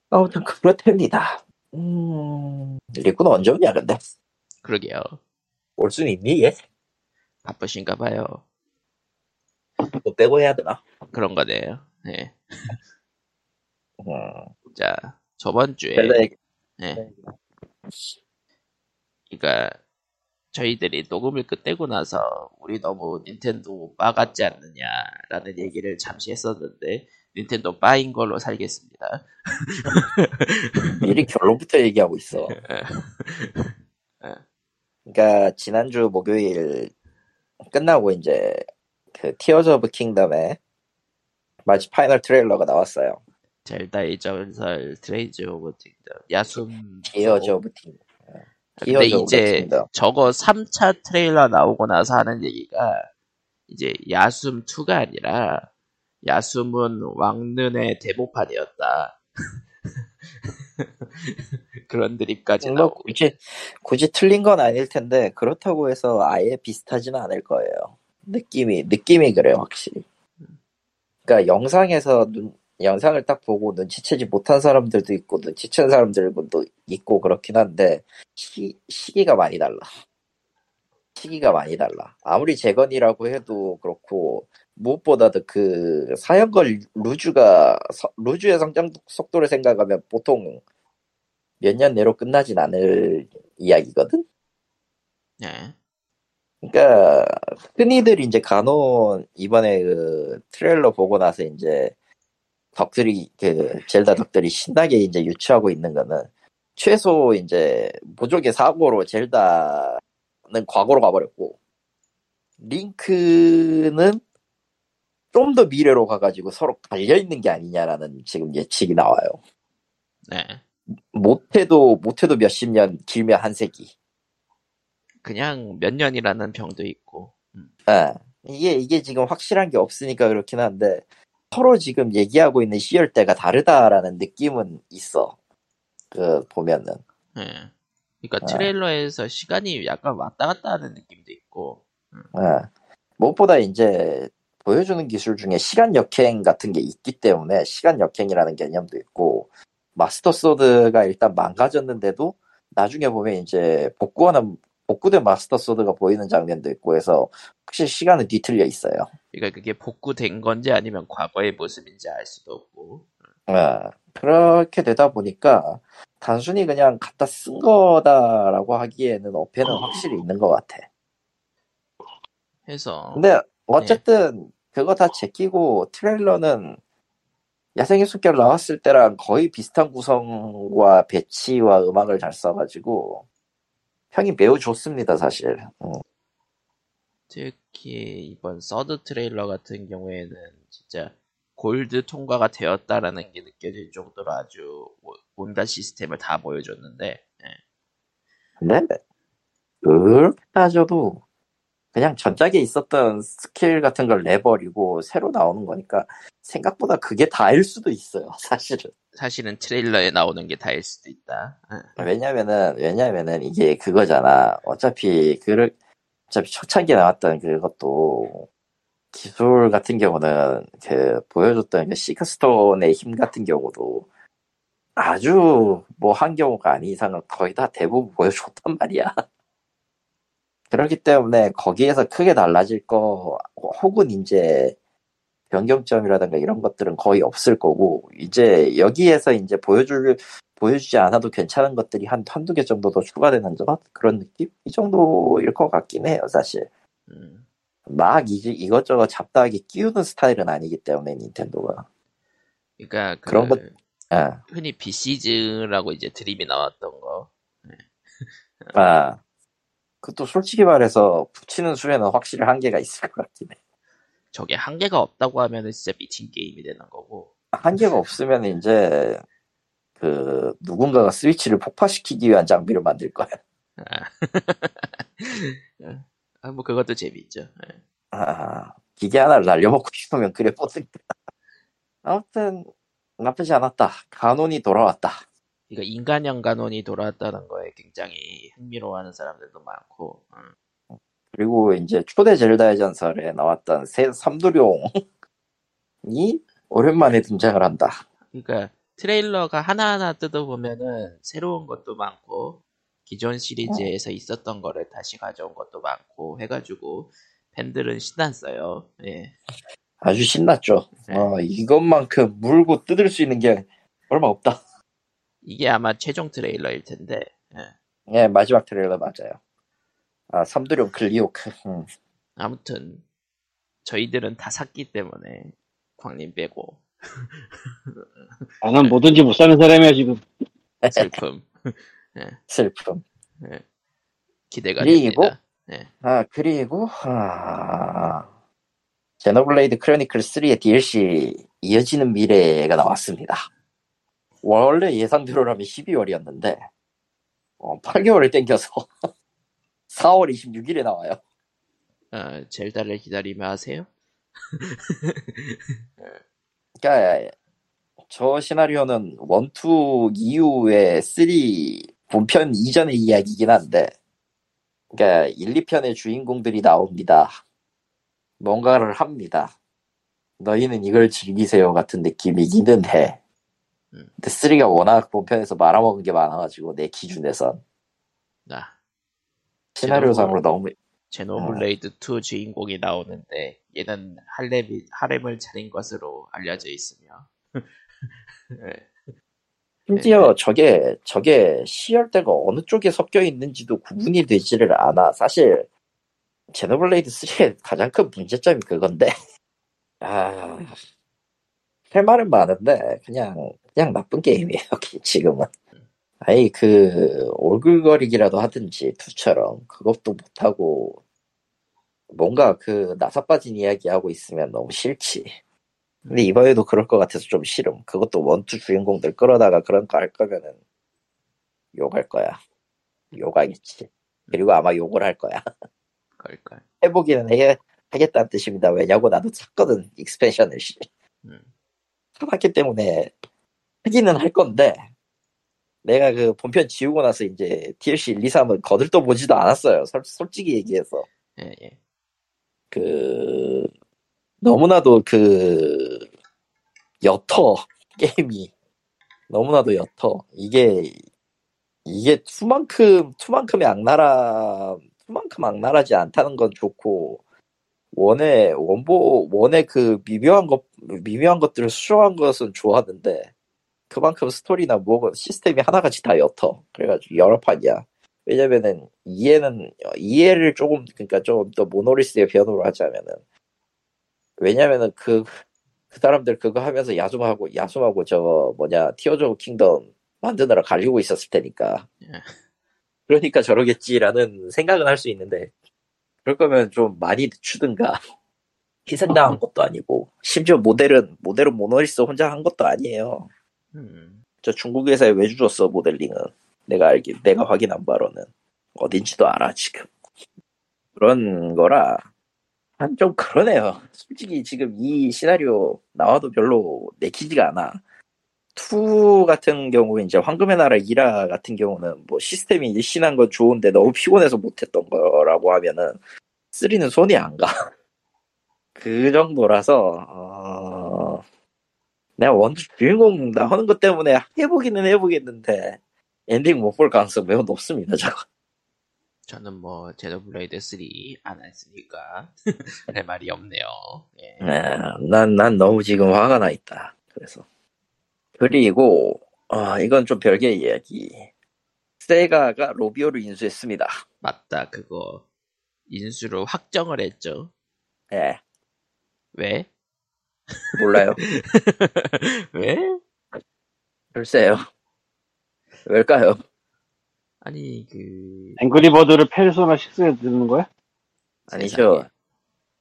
S2: 아무튼 그렇답니다. 음, 리쿠는 언제 오냐 근데?
S1: 그러게요
S2: 올 수는 있니 얘?
S1: 바쁘신가 봐요
S2: 뭐 빼고 해야 되나?
S1: 그런 거네요 예.
S2: 음,
S1: 자 저번 주에
S2: 벨라 얘기-
S1: 예. 그러니까 저희들이 녹음을 끝내고 나서 우리 너무 닌텐도 빠 같지 않느냐라는 얘기를 잠시 했었는데 닌텐도 빠인 걸로 살겠습니다.
S2: 미리 결론부터 얘기하고 있어.
S1: 예.
S2: 그러니까 지난주 목요일 끝나고 이제 그 티어즈 오브 킹덤에 마치 파이널 트레일러가 나왔어요.
S1: 젤다의 전설 트레이즈 오브 킹덤 야숨
S2: 티어즈 오브 킹
S1: 근데
S2: 기여적으로
S1: 이제
S2: 됐습니다.
S1: 저거 3차 트레일러 나오고 나서 하는 얘기가 이제 야숨2가 아니라 야숨은 왕눈의 대모판이었다. 그런 드립까지
S2: 뭐
S1: 나오고.
S2: 굳이 굳이 틀린 건 아닐 텐데 그렇다고 해서 아예 비슷하지는 않을 거예요. 느낌이 느낌이 그래요 확실히. 그러니까 영상에서 눈, 영상을 딱 보고 눈치채지 못한 사람들도 있고 눈치챈 사람들도 있고 그렇긴 한데 시, 시기가 많이 달라. 시기가 많이 달라. 아무리 재건이라고 해도 그렇고 무엇보다도 그 사연걸 루즈가 서- 루즈의 성장 속도를 생각하면 보통 몇 년 내로 끝나진 않을 이야기거든.
S1: 네.
S2: 그러니까 흔히들 이제 간혹 이번에 그 트레일러 보고 나서 이제 덕들이 그 젤다 덕들이 신나게 이제 유추하고 있는 거는 최소 이제 보조개 사고로 젤다는 과거로 가버렸고 링크는 좀 더 미래로 가가지고 서로 갈려 있는 게 아니냐라는 지금 예측이 나와요.
S1: 네.
S2: 못해도 못해도 몇십 년 길면 한 세기.
S1: 그냥 몇 년이라는 병도 있고. 음.
S2: 예. 이게, 이게 지금 확실한 게 없으니까 그렇긴 한데, 서로 지금 얘기하고 있는 시열대가 다르다라는 느낌은 있어. 그, 보면은.
S1: 네. 그러니까
S2: 아.
S1: 트레일러에서 시간이 약간 왔다 갔다 하는 느낌도 있고.
S2: 예. 무엇보다 이제, 보여주는 기술 중에 시간 역행 같은 게 있기 때문에, 시간 역행이라는 개념도 있고, 마스터 소드가 일단 망가졌는데도, 나중에 보면 이제, 복구하는, 복구된 마스터 소드가 보이는 장면도 있고 해서, 확실히 시간은 뒤틀려 있어요.
S1: 그러니까 그게 복구된 건지 아니면 과거의 모습인지 알 수도 없고.
S2: 예, 그렇게 되다 보니까 단순히 그냥 갖다 쓴 거다라고 하기에는 어폐는 확실히 있는 것 같아.
S1: 해서
S2: 근데 어쨌든 그거 다 제끼고 트레일러는 야생의 숲결 나왔을 때랑 거의 비슷한 구성과 배치와 음악을 잘 써가지고 평이 매우 좋습니다, 사실. 음,
S1: 특히 이번 서드 트레일러 같은 경우에는 진짜 골드 통과가 되었다라는 게 느껴질 정도로 아주 온- 온갖 시스템을 다 보여줬는데 예.
S2: 근데 그렇게 따져도 그냥 전작에 있었던 스킬 같은 걸 내버리고 새로 나오는 거니까 생각보다 그게 다일 수도 있어요, 사실은.
S1: 사실은 트레일러에 나오는 게 다일 수도 있다. 예.
S2: 왜냐면은, 왜냐면은 이게 그거잖아. 어차피, 그를, 어차피 초창기에 나왔던 그것도 기술 같은 경우는 그 보여줬던 그 시크스톤의 힘 같은 경우도 아주 뭐 한 경우가 아닌 이상은 거의 다 대부분 보여줬단 말이야. 그렇기 때문에 거기에서 크게 달라질 거 혹은 이제 변경점이라든가 이런 것들은 거의 없을 거고 이제 여기에서 이제 보여줄 보여주지 않아도 괜찮은 것들이 한 한두 개 정도 더 추가되는 것 그런 느낌 이 정도일 것 같긴 해요 사실
S1: 음.
S2: 막 이제 이것저것 잡다하게 끼우는 스타일은 아니기 때문에 닌텐도가
S1: 그러니까 그
S2: 그런 것- 예.
S1: 흔히 비시즈라고 이제 드림이 나왔던 거.
S2: 아 그것도 솔직히 말해서 붙이는 수에는 확실히 한계가 있을 것 같긴 해
S1: 저게 한계가 없다고 하면은 진짜 미친 게임이 되는 거고.
S2: 한계가 없으면 이제 그 누군가가 스위치를 폭파시키기 위한 장비를 만들 거야.
S1: 아, 뭐 그것도 재미있죠. 예.
S2: 아, 기계 하나를 날려먹고 싶으면 그래 뻗으니까. 아무튼, 나쁘지 않았다. 간혼이 돌아왔다.
S1: 그러니까 인간형 간원이 돌아왔다는 거에 굉장히 흥미로워하는 사람들도 많고. 음.
S2: 그리고 이제 초대 젤다의 전설에 나왔던 새 삼두룡이 오랜만에 등장을 한다.
S1: 그러니까 트레일러가 하나하나 뜯어보면은 새로운 것도 많고 기존 시리즈에서 있었던 거를 다시 가져온 것도 많고 해가지고 팬들은 신났어요. 예.
S2: 아주 신났죠. 어, 이것만큼 물고 뜯을 수 있는 게 얼마 없다.
S1: 이게 아마 최종 트레일러일 텐데. 예.
S2: 예, 마지막 트레일러 맞아요. 아, 삼두룡 글리오크. 음.
S1: 아무튼 저희들은 다 샀기 때문에 광님 빼고
S3: 아, 난 뭐든지 못 사는 사람이야, 지금.
S1: 슬픔
S2: 슬픔.
S1: 기대가
S2: 그리고?
S1: 됩니다.
S2: 아, 그리고, 아, 제노블레이드 크로니클 3의 DLC 이어지는 미래가 나왔습니다. 원래 예상대로라면 12월이었는데, 어, 8개월을 땡겨서 4월 26일에 나와요.
S1: 어, 젤다를 기다리며 하세요?
S2: 그러니까 저 시나리오는 원투 이후에 쓰리 본편 이전의 이야기이긴 한데, 그러니까 1, 2편의 주인공들이 나옵니다. 뭔가를 합니다. 너희는 이걸 즐기세요 같은 느낌이기는 해.
S1: 음.
S2: 근데 쓰리가 워낙 본편에서 말아먹은 게 많아가지고 내 기준에선
S1: 나
S2: 시나리오상으로 너무
S1: 제노블레이드 2 주인공이 나오는데 얘는 할렘이 할렘을 차린 것으로 알려져 있으며 예,
S2: 심지어 저게 저게 시열대가 어느 쪽에 섞여 있는지도 구분이 되지를 않아. 사실 제노블레이드 3의 가장 큰 문제점이 그건데. 아. 할 말은 많은데 그냥 그냥 나쁜 게임이에요. 지금은. 아이 그 올글거리기라도 하든지 투처럼 그것도 못 하고 뭔가 그 나사 빠진 이야기 하고 있으면 너무 싫지. 근데 이번에도 그럴 것 같아서 좀 싫음. 그것도 원투 주인공들 끌어다가 그런 거 할 거면은 욕할 거야. 욕하겠지. 그리고 아마 욕을 할 거야.
S1: 걸걸
S2: 해보기는 해, 하겠다는 뜻입니다. 왜냐고 나도 샀거든. 익스펜션을. 씨.
S1: 음.
S2: 사봤기 때문에 하기는 할 건데 내가 그 본편 지우고 나서 이제 DLC 1, 2, 3은 거들떠 보지도 않았어요. 솔- 솔직히 얘기해서.
S1: 예, 예.
S2: 그 너무나도 그 옅어 게임이 너무나도 옅어 이게 이게 투만큼 투만큼의 악랄함 투만큼 악랄하지 않다는 건 좋고 원의 원보 원의 그 미묘한 것 미묘한 것들을 수정한 것은 좋았는데 그만큼 스토리나 뭐 시스템이 하나같이 다 옅어 그래가지고 여러 판이야 왜냐면은 이해는 이해를 조금 그러니까 좀 더 모노리스의 변호로 하자면은 왜냐면은 그 그 사람들 그거 하면서 야숨하고 야숨하고 저 뭐냐 티어즈 오브 킹덤 만드느라 갈리고 있었을 테니까
S1: 예.
S2: 그러니까 저러겠지라는 생각은 할 수 있는데 그럴 거면 좀 많이 늦추든가 희생당한 것도 아니고 심지어 모델은 모델은 모노리스 혼자 한 것도 아니에요
S1: 음.
S2: 저 중국 회사에 왜 주줬어 모델링은 내가 알기 내가 확인한 바로는 어딘지도 알아 지금 그런 거라 한 좀 그러네요 솔직히 지금 이 시나리오 나와도 별로 내키지가 않아 투 같은 경우 이제 황금의 나라 이라 같은 경우는 뭐 시스템이 일신한 건 좋은데 너무 피곤해서 못했던 거라고 하면은 쓰리는 손이 안 가 그 정도라서 어, 내가 원주 주인공 나오는 것 때문에 해보기는 해보겠는데 엔딩 못 볼 가능성 매우 높습니다. 저거
S1: 저는 뭐 제노블레이드 3안 했으니까 할 말이 없네요. 예.
S2: 난난 너무 지금 화가 나 있다. 그래서 그리고 아, 이건 좀 별개의 이야기. 세가가 로비오를 인수했습니다.
S1: 맞다 그거 인수로 확정을 했죠.
S2: 예,
S1: 왜?
S2: 몰라요.
S1: 왜?
S2: 글쎄요. 왜일까요?
S1: 아니 그
S3: 앵그리버드를 페르소나 6에 드는 거야?
S2: 아니죠.
S1: 세상에.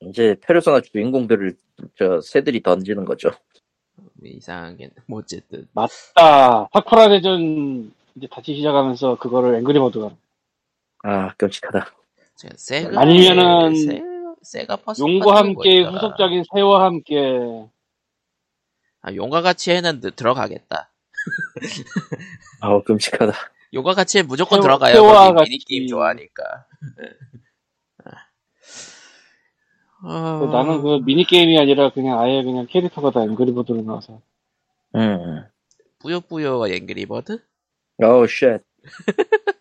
S2: 이제 페르소나 주인공들을 저 새들이 던지는 거죠.
S1: 이상하게 뭐 어쨌든
S3: 맞다. 사쿠라 대전 이제 다시 시작하면서 그거를 앵그리버드가
S2: 아 끔찍하다.
S1: 제가 세가
S3: 아니면은
S1: 세, 세가 퍼스
S3: 용과
S1: 퍼즐은
S3: 함께
S1: 뭐였더라?
S3: 후속작인 새와 함께
S1: 아, 용과 같이 해는 드- 들어가겠다.
S2: 아우 끔찍하다.
S1: 용과 같이 해 무조건
S3: 세워-
S1: 들어가요.
S3: 세워와
S1: 거기
S3: 같이.
S1: 미니 게임 좋아하니까. 아.
S3: 그 나는 그 미니게임이 아니라 그냥 아예 그냥 캐릭터가 다 앵그리버드로 나와서
S2: 음.
S1: 뿌요뿌요와 앵그리버드?
S2: 어우 쉣.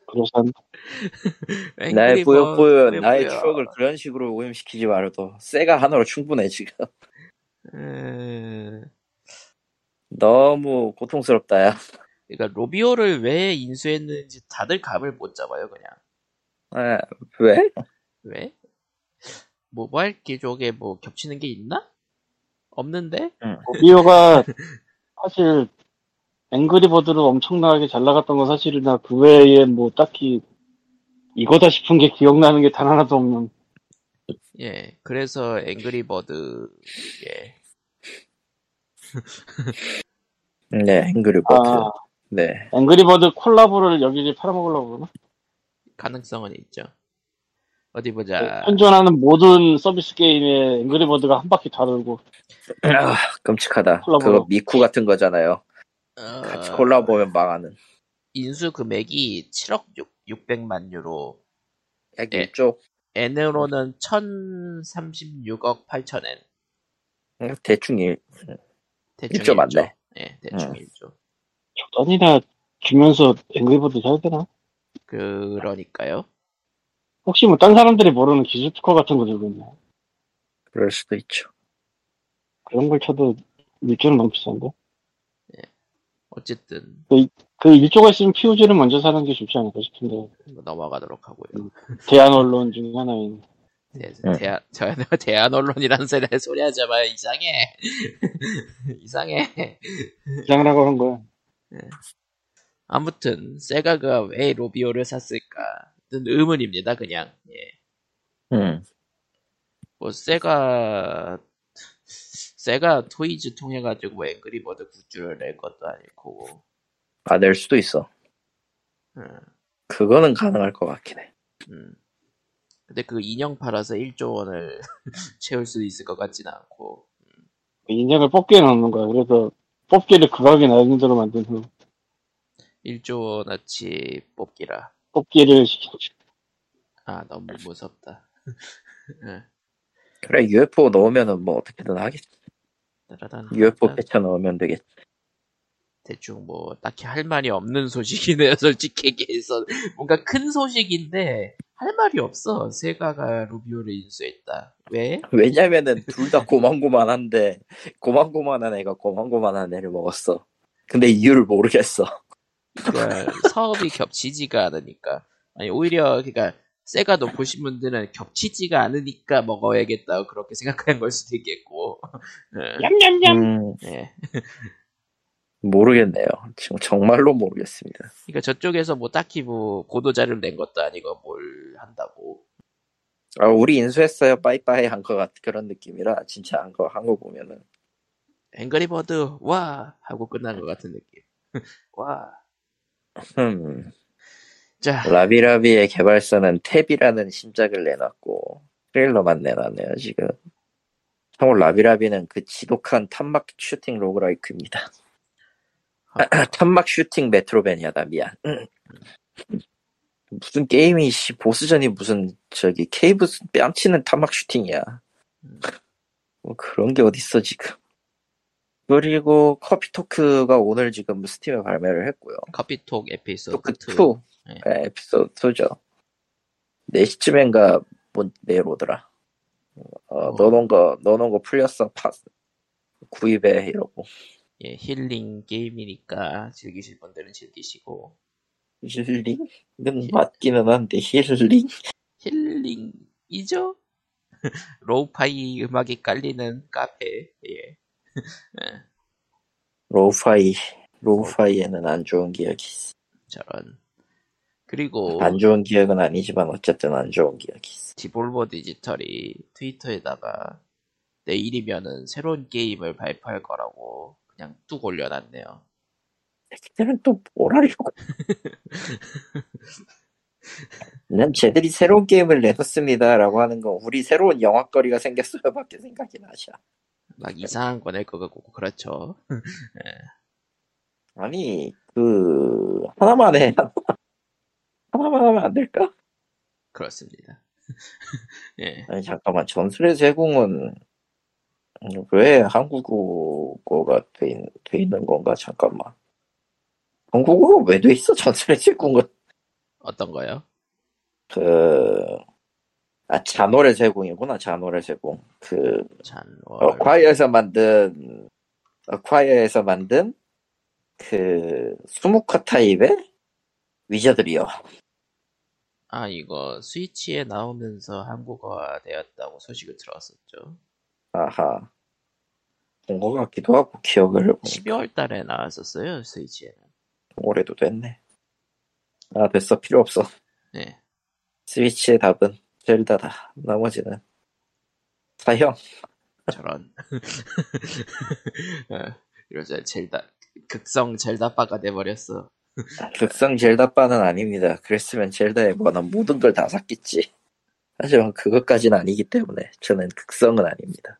S3: 그래서
S2: 나의
S1: 앵그리버드,
S2: 네, 뿌요뿌요 나의
S1: 뿌요뿌요.
S2: 추억을 그런 식으로 오염시키지 말아도 세가 하나로 충분해 지금
S1: 음,
S2: 너무 고통스럽다 야
S1: 그러니까 로비오를 왜 인수했는지 다들 감을 못 잡아요, 그냥.
S2: 아, 왜?
S1: 왜? 모바일 기종에 뭐 겹치는 게 있나? 없는데?
S3: 미오가 사실 앵그리버드로 엄청나게 잘 나갔던 건 사실이나 그 외에 뭐 딱히 이거다 싶은 게 기억나는 게 단 하나도 없는
S1: 예, 그래서 앵그리버드, 예,
S2: 네 앵그리버드
S3: 아
S2: 네.
S3: 앵그리버드 콜라보를 여기저기 팔아먹으려고 그러나?
S1: 가능성은 있죠. 어디
S2: 아.
S1: 보자.
S3: 현존하는 모든 서비스 게임에 앵그리버드가 한 바퀴 다 돌고
S2: 아, 끔찍하다.
S3: 콜라보로.
S2: 그거 미쿠 같은 거잖아요.
S1: 어,
S2: 같이 콜라보면 망하는.
S1: 인수 금액이 7억 6, 600만 유로.
S2: 약
S1: 네.
S2: 1조.
S1: 엔으로는 1,036억 8천엔.
S2: 대충 일.
S1: 대충
S2: 일조 맞네.
S1: 일조. 예, 대충
S2: 음.
S1: 1조.
S3: 적당히나 주면서 앵그리버드 사야 되나?
S1: 그러니까요.
S3: 혹시 뭐 딴 사람들이 모르는 기술 특허 같은 거 들고 있나?
S2: 그럴 수도 있죠.
S3: 그런 걸 쳐도 일조는 너무 비싼데?
S1: 어쨌든
S3: 그 일조가 있으면 POG를 먼저 사는 게 좋지 않을까 싶은데
S1: 넘어가도록 하고요.
S3: 대안 언론 중에 하나인
S1: 대, 대한, 저, 대한 언론이라는 소리, 소리 하지 마요. 이상해. 이상해.
S3: 기장이라고 한 거야
S1: 아무튼 세가가 왜 로비오를 샀을까는 의문입니다. 그냥 예.
S2: 음.
S1: 뭐 세가 세가 토이즈 통해 가지고 뭐 앵그리버드 굿즈를 낼 것도 아닐 거고
S2: 아, 낼 수도 있어.
S1: 음,
S2: 그거는 가능할 것 같긴 해.
S1: 음. 근데 그 인형 팔아서 1조 원을 채울 수도 있을 것 같진 않고
S3: 인형을 뽑기에 넣는 거야 그래서 뽑기를 극하게 낮은 대로 만든 후
S1: 1조 원어치 뽑기라
S3: 뽑기를 시켜
S1: 아 너무 무섭다 예.
S2: 그래, UFO 넣으면은 뭐 어떻게든 하겠지.
S1: 따라단.
S2: UFO 패쳐 넣으면 되겠지.
S1: 대충 뭐 딱히 할 말이 없는 소식이네요 솔직히 얘기해서 뭔가 큰 소식인데 할 말이 없어 세가가 루비오를 인수했다 왜?
S2: 왜냐면은 둘 다 고만고만한데, 고만고만한 애가 고만고만한 애를 먹었어. 근데 이유를 모르겠어.
S1: 이걸 그러니까 사업이 겹치지가 않으니까 아니 오히려 그러니까 세가 높으신 분들은 겹치지가 않으니까 먹어야겠다 그렇게 생각한 걸 수도 있겠고 예,
S3: 냠냠냠
S2: 음,
S1: 예.
S2: 모르겠네요. 지금 정말로 모르겠습니다.
S1: 그러니까 저쪽에서 뭐 딱히 뭐 고도자를 낸 것도 아니고 뭘 한다고
S2: 아, 우리 인수했어요. 빠이빠이 한 것 같은 그런 느낌이라, 진짜 한 거, 한 거 보면은.
S1: 앵그리버드 와 하고 끝난 것 같은 느낌 와
S2: 음,
S1: 자,
S2: 라비라비의 개발사는 탭이라는 신작을 내놨고, 트레일러만 내놨네요, 지금. 참고로 라비라비는 그 지독한 탄막 슈팅 로그라이크입니다. 아, 탄막 슈팅 메트로베니아다, 미안. 음. 무슨 게임이, 씨, 보스전이 무슨, 저기, 케이브 뺨치는 탄막 슈팅이야. 뭐 그런 게 어딨어, 지금. 그리고 커피 토크가 오늘 지금 스팀에 발매를 했고요.
S1: 커피톡 에피소드
S2: 토크
S1: 2.
S2: 2
S1: 네.
S2: 네, 에피소드 2죠. 4시쯤인가 뭔 내일 오더라. 어,
S1: 어.
S2: 넣어놓은 거, 넣어놓은 거 풀렸어. 파, 구입해, 이러고.
S1: 예, 힐링 게임이니까 즐기실 분들은 즐기시고
S2: 힐링은 맞기는 한데, 힐링?
S1: 힐링이죠? 로우파이 음악이 깔리는 카페 예.
S2: 로우파이, 로우파이에는 안 좋은 기억이 있어.
S1: 저런 그리고
S2: 안 좋은 기억은 아니지만, 어쨌든 안 좋은 기억이 있어.
S1: 디볼버 디지털이 트위터에다가 내일이면은 새로운 게임을 발표할 거라고 그냥 뚝 올려놨네요.
S2: 새끼들은 또 뭘 하려고. 난 쟤들이 새로운 게임을 내놓습니다. 라고 하는 건, 우리 새로운 영화거리가 생겼어요. 밖에 생각이 나지 않아.
S1: 막 이상한 거낼 것 같고 그렇죠.
S2: 아니, 그, 하나만 해. 하나만 하면 안 될까?
S1: 그렇습니다. 예.
S2: 아니, 잠깐만. 전술의 제공은 왜 한국어가 돼, 있, 돼 있는 건가? 잠깐만. 한국어가 왜 돼 있어? 전술의 제공은.
S1: 어떤 거요?
S2: 그, 아, 잔월의 제공이구나. 잔월의 제공. 그,
S1: 잔월
S2: 어콰이어에서 만든, 어콰이어에서 만든 그, 스무카 타입의 위저들이요.
S1: 아, 이거 스위치에 나오면서 한국어화 되었다고 소식을 들었었죠.
S2: 아하. 본 것 같기도 하고, 기억을.
S1: 12월 달에 나왔었어요, 스위치에는.
S2: 오래도 됐네. 아, 됐어. 필요 없어.
S1: 네.
S2: 스위치의 답은 젤다다. 나머지는. 사형.
S1: 저런. 어, 이러자 젤다 극성 젤다빠가 돼버렸어.
S2: 극성 젤다바는 아닙니다. 그랬으면 젤다에 관한 모든 걸 다 샀겠지. 하지만 그것까지는 아니기 때문에 저는 극성은 아닙니다.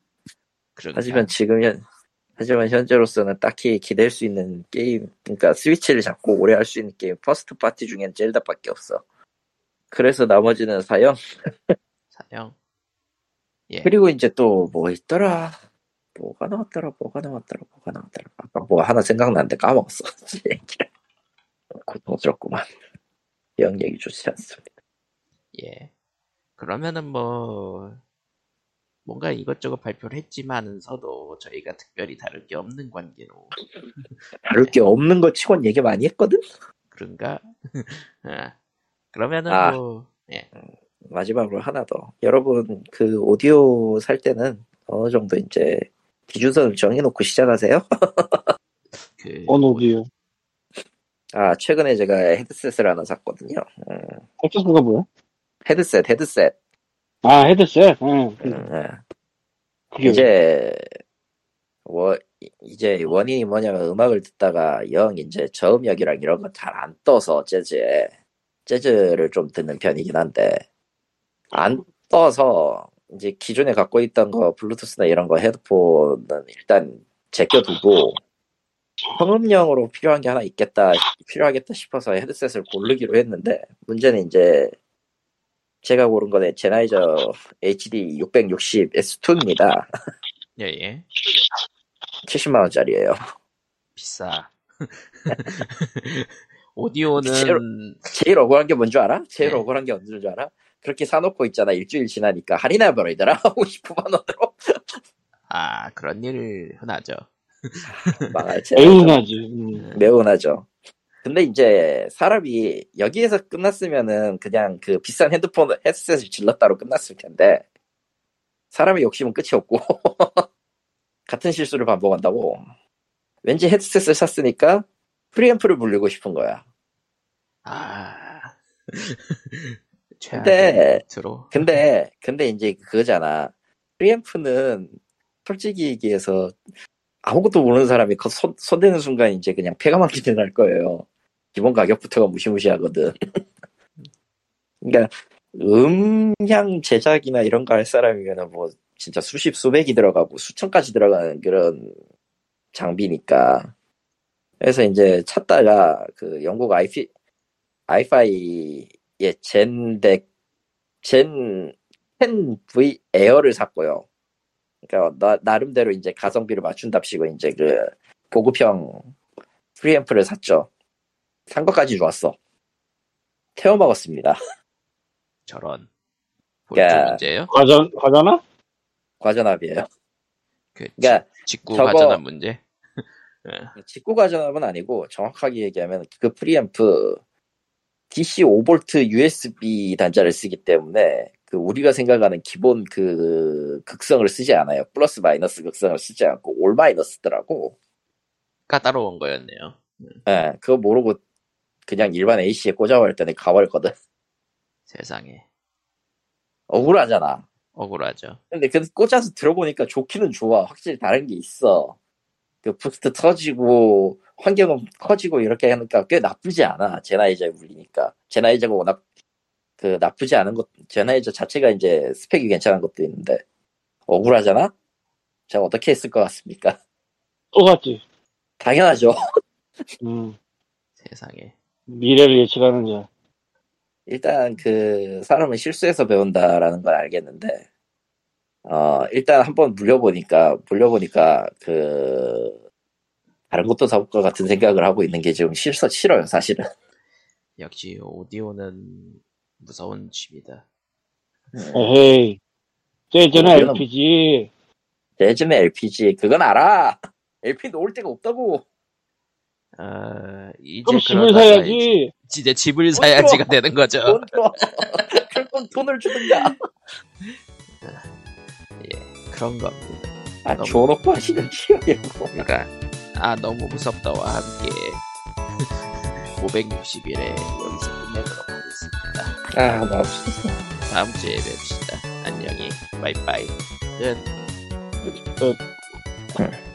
S1: 그러니까.
S2: 하지만 지금 현 하지만 현재로서는 딱히 기댈 수 있는 게임, 그러니까 스위치를 잡고 오래 할 수 있는 게임 퍼스트 파티 중엔 젤다밖에 없어. 그래서 나머지는 사형.
S1: 사형. 예.
S2: 그리고 이제 또 뭐 있더라. 뭐가 나왔더라, 뭐가 나왔더라, 뭐가 나왔더라. 아까 뭐 하나 생각나는데 까먹었어. 얘기를. 고통스럽구만. 영 얘기 좋지 않습니다.
S1: 예. 그러면은 뭐 뭔가 이것저것 발표를 했지만서도 저희가 특별히 다룰 게 없는 관계로
S2: 다룰 게 없는 것 치곤 얘기 많이 했거든?
S1: 그런가? 아, 그러면은
S2: 아.
S1: 뭐 예.
S2: 마지막으로 하나 더. 여러분, 그 오디오 살 때는 어느 정도 이제 기준선을 정해놓고 시작하세요?
S1: 그
S3: 어느 오디오.
S2: 아, 최근에 제가 헤드셋을 하나 샀거든요. 음,
S3: 액세스가 뭐야?
S2: 헤드셋, 헤드셋.
S3: 아, 헤드셋. 응.
S2: 음,
S3: 그-
S2: 예.
S3: 그게
S2: 이제 원 이제 원인이 뭐냐면 음악을 듣다가 영 이제 저음역이랑 이런 거 잘 안 떠서 재즈에 재즈를 좀 듣는 편이긴 한데 안 떠서 이제 기존에 갖고 있던 거 블루투스나 이런 거 헤드폰은 일단 제껴두고 성음용으로 필요한 게 하나 있겠다 필요하겠다 싶어서 헤드셋을 고르기로 했는데 문제는 이제 제가 고른 거는 제나이저 HD 660 S2입니다.
S1: 예, 예.
S2: 70만 원짜리예요.
S1: 비싸. 오디오는
S2: 실제로- 제일 억울한 게 뭔 줄 알아? 제일
S1: 네.
S2: 억울한 게 언제인 줄 알아? 그렇게 사놓고 있잖아. 일주일 지나니까 할인해 버리더라. 59만 원으로
S1: 아 그런 일 흔하죠.
S2: 망할
S3: 애운하지. 음.
S2: 네. 매운하죠. 근데 이제 사람이 여기에서 끝났으면은 그냥 그 비싼 핸드폰 헤드셋을 질렀다로 끝났을 텐데 사람의 욕심은 끝이 없고 같은 실수를 반복한다고 왠지 헤드셋을 샀으니까 프리앰프를 물리고 싶은 거야.
S1: 아
S2: 근데- 네.
S1: 최악의 들어.
S2: 근데 근데 이제 그거잖아. 프리앰프는 솔직히 얘기해서 아무것도 모르는 사람이 그 손, 손대는 순간 이제 그냥 폐가만 기대날 거예요. 기본 가격부터가 무시무시하거든. 그러니까 음향 제작이나 이런 거 할 사람이면 뭐 진짜 수십 수백이 들어가고 수천까지 들어가는 그런 장비니까. 그래서 이제 찾다가 그 영국 아이피 아이파이의 예, 젠덱 젠, 10V 에어를 샀고요. 그러니까 나, 나름대로 이제 가성비를 맞춘답시고 이제 그 보급형 프리앰프를 샀죠. 산 것까지 좋았어. 태워 먹었습니다.
S1: 저런
S2: 야.
S1: 볼줄 문제요?
S3: 과자, 과자나?
S2: 과전압이에요.
S1: 그 직-
S2: 그러니까
S1: 직구
S2: 저거-
S1: 과전한 문제.
S2: 직구 과전압은 아니고 정확하게 얘기하면 그 프리앰프 DC 5V USB 단자를 쓰기 때문에 그 우리가 생각하는 기본 그 극성을 쓰지 않아요. 플러스 마이너스 극성을 쓰지 않고 올 마이너스더라고.
S1: 까다로운 거였네요.
S2: 예, 그거 모르고 그냥 일반 AC에 꽂아버렸더니 가버렸거든.
S1: 세상에
S2: 억울하잖아.
S1: 억울하죠.
S2: 근데 그 꽂아서 들어보니까 좋기는 좋아. 확실히 다른 게 있어. 그 부스트 터지고 환경은 커지고 이렇게 하니까 꽤 나쁘지 않아. 제나이저에 물리니까. 제나이저가 워낙 그 나쁘지 않은 것, 제나이저 자체가 이제 스펙이 괜찮은 것도 있는데 억울하잖아? 제가 어떻게 했을 것 같습니까?
S3: 또 갔지.
S2: 당연하죠.
S3: 음.
S1: 세상에
S3: 미래를 예측하는 자.
S2: 일단 그 사람은 실수해서 배운다라는 걸 알겠는데 어 일단 한번 물려보니까 물려보니까 그 다른 것도 사볼 것 같은 생각을 하고 있는 게 지금 싫어 싫어요 사실은
S1: 역시 오디오는 무서운 집이다.
S3: 에헤이. 재즈는
S2: 어, 이거는-
S3: LPG.
S2: 예전에 LPG 그건 알아 LP 놓을 데가 없다고
S1: 아, 이제
S3: 그럼 집을
S1: 그러다가 이제-
S3: 사야지.
S1: 이제 집을 사야지가 되는 거죠.
S2: 돈 줘. 그럼 돈을 주든가
S1: 그런 겁니다.
S2: 아 줘놓고 하시는 취향이라고
S1: 그러니까 아 너무 무섭다와 함께 560일에 여기서 끝내도록 하겠습니다.
S2: 아나 없었어
S1: 다음 주에
S3: 어,
S1: 뵙시다. 안녕히 바이바이. 끝.
S3: 끝.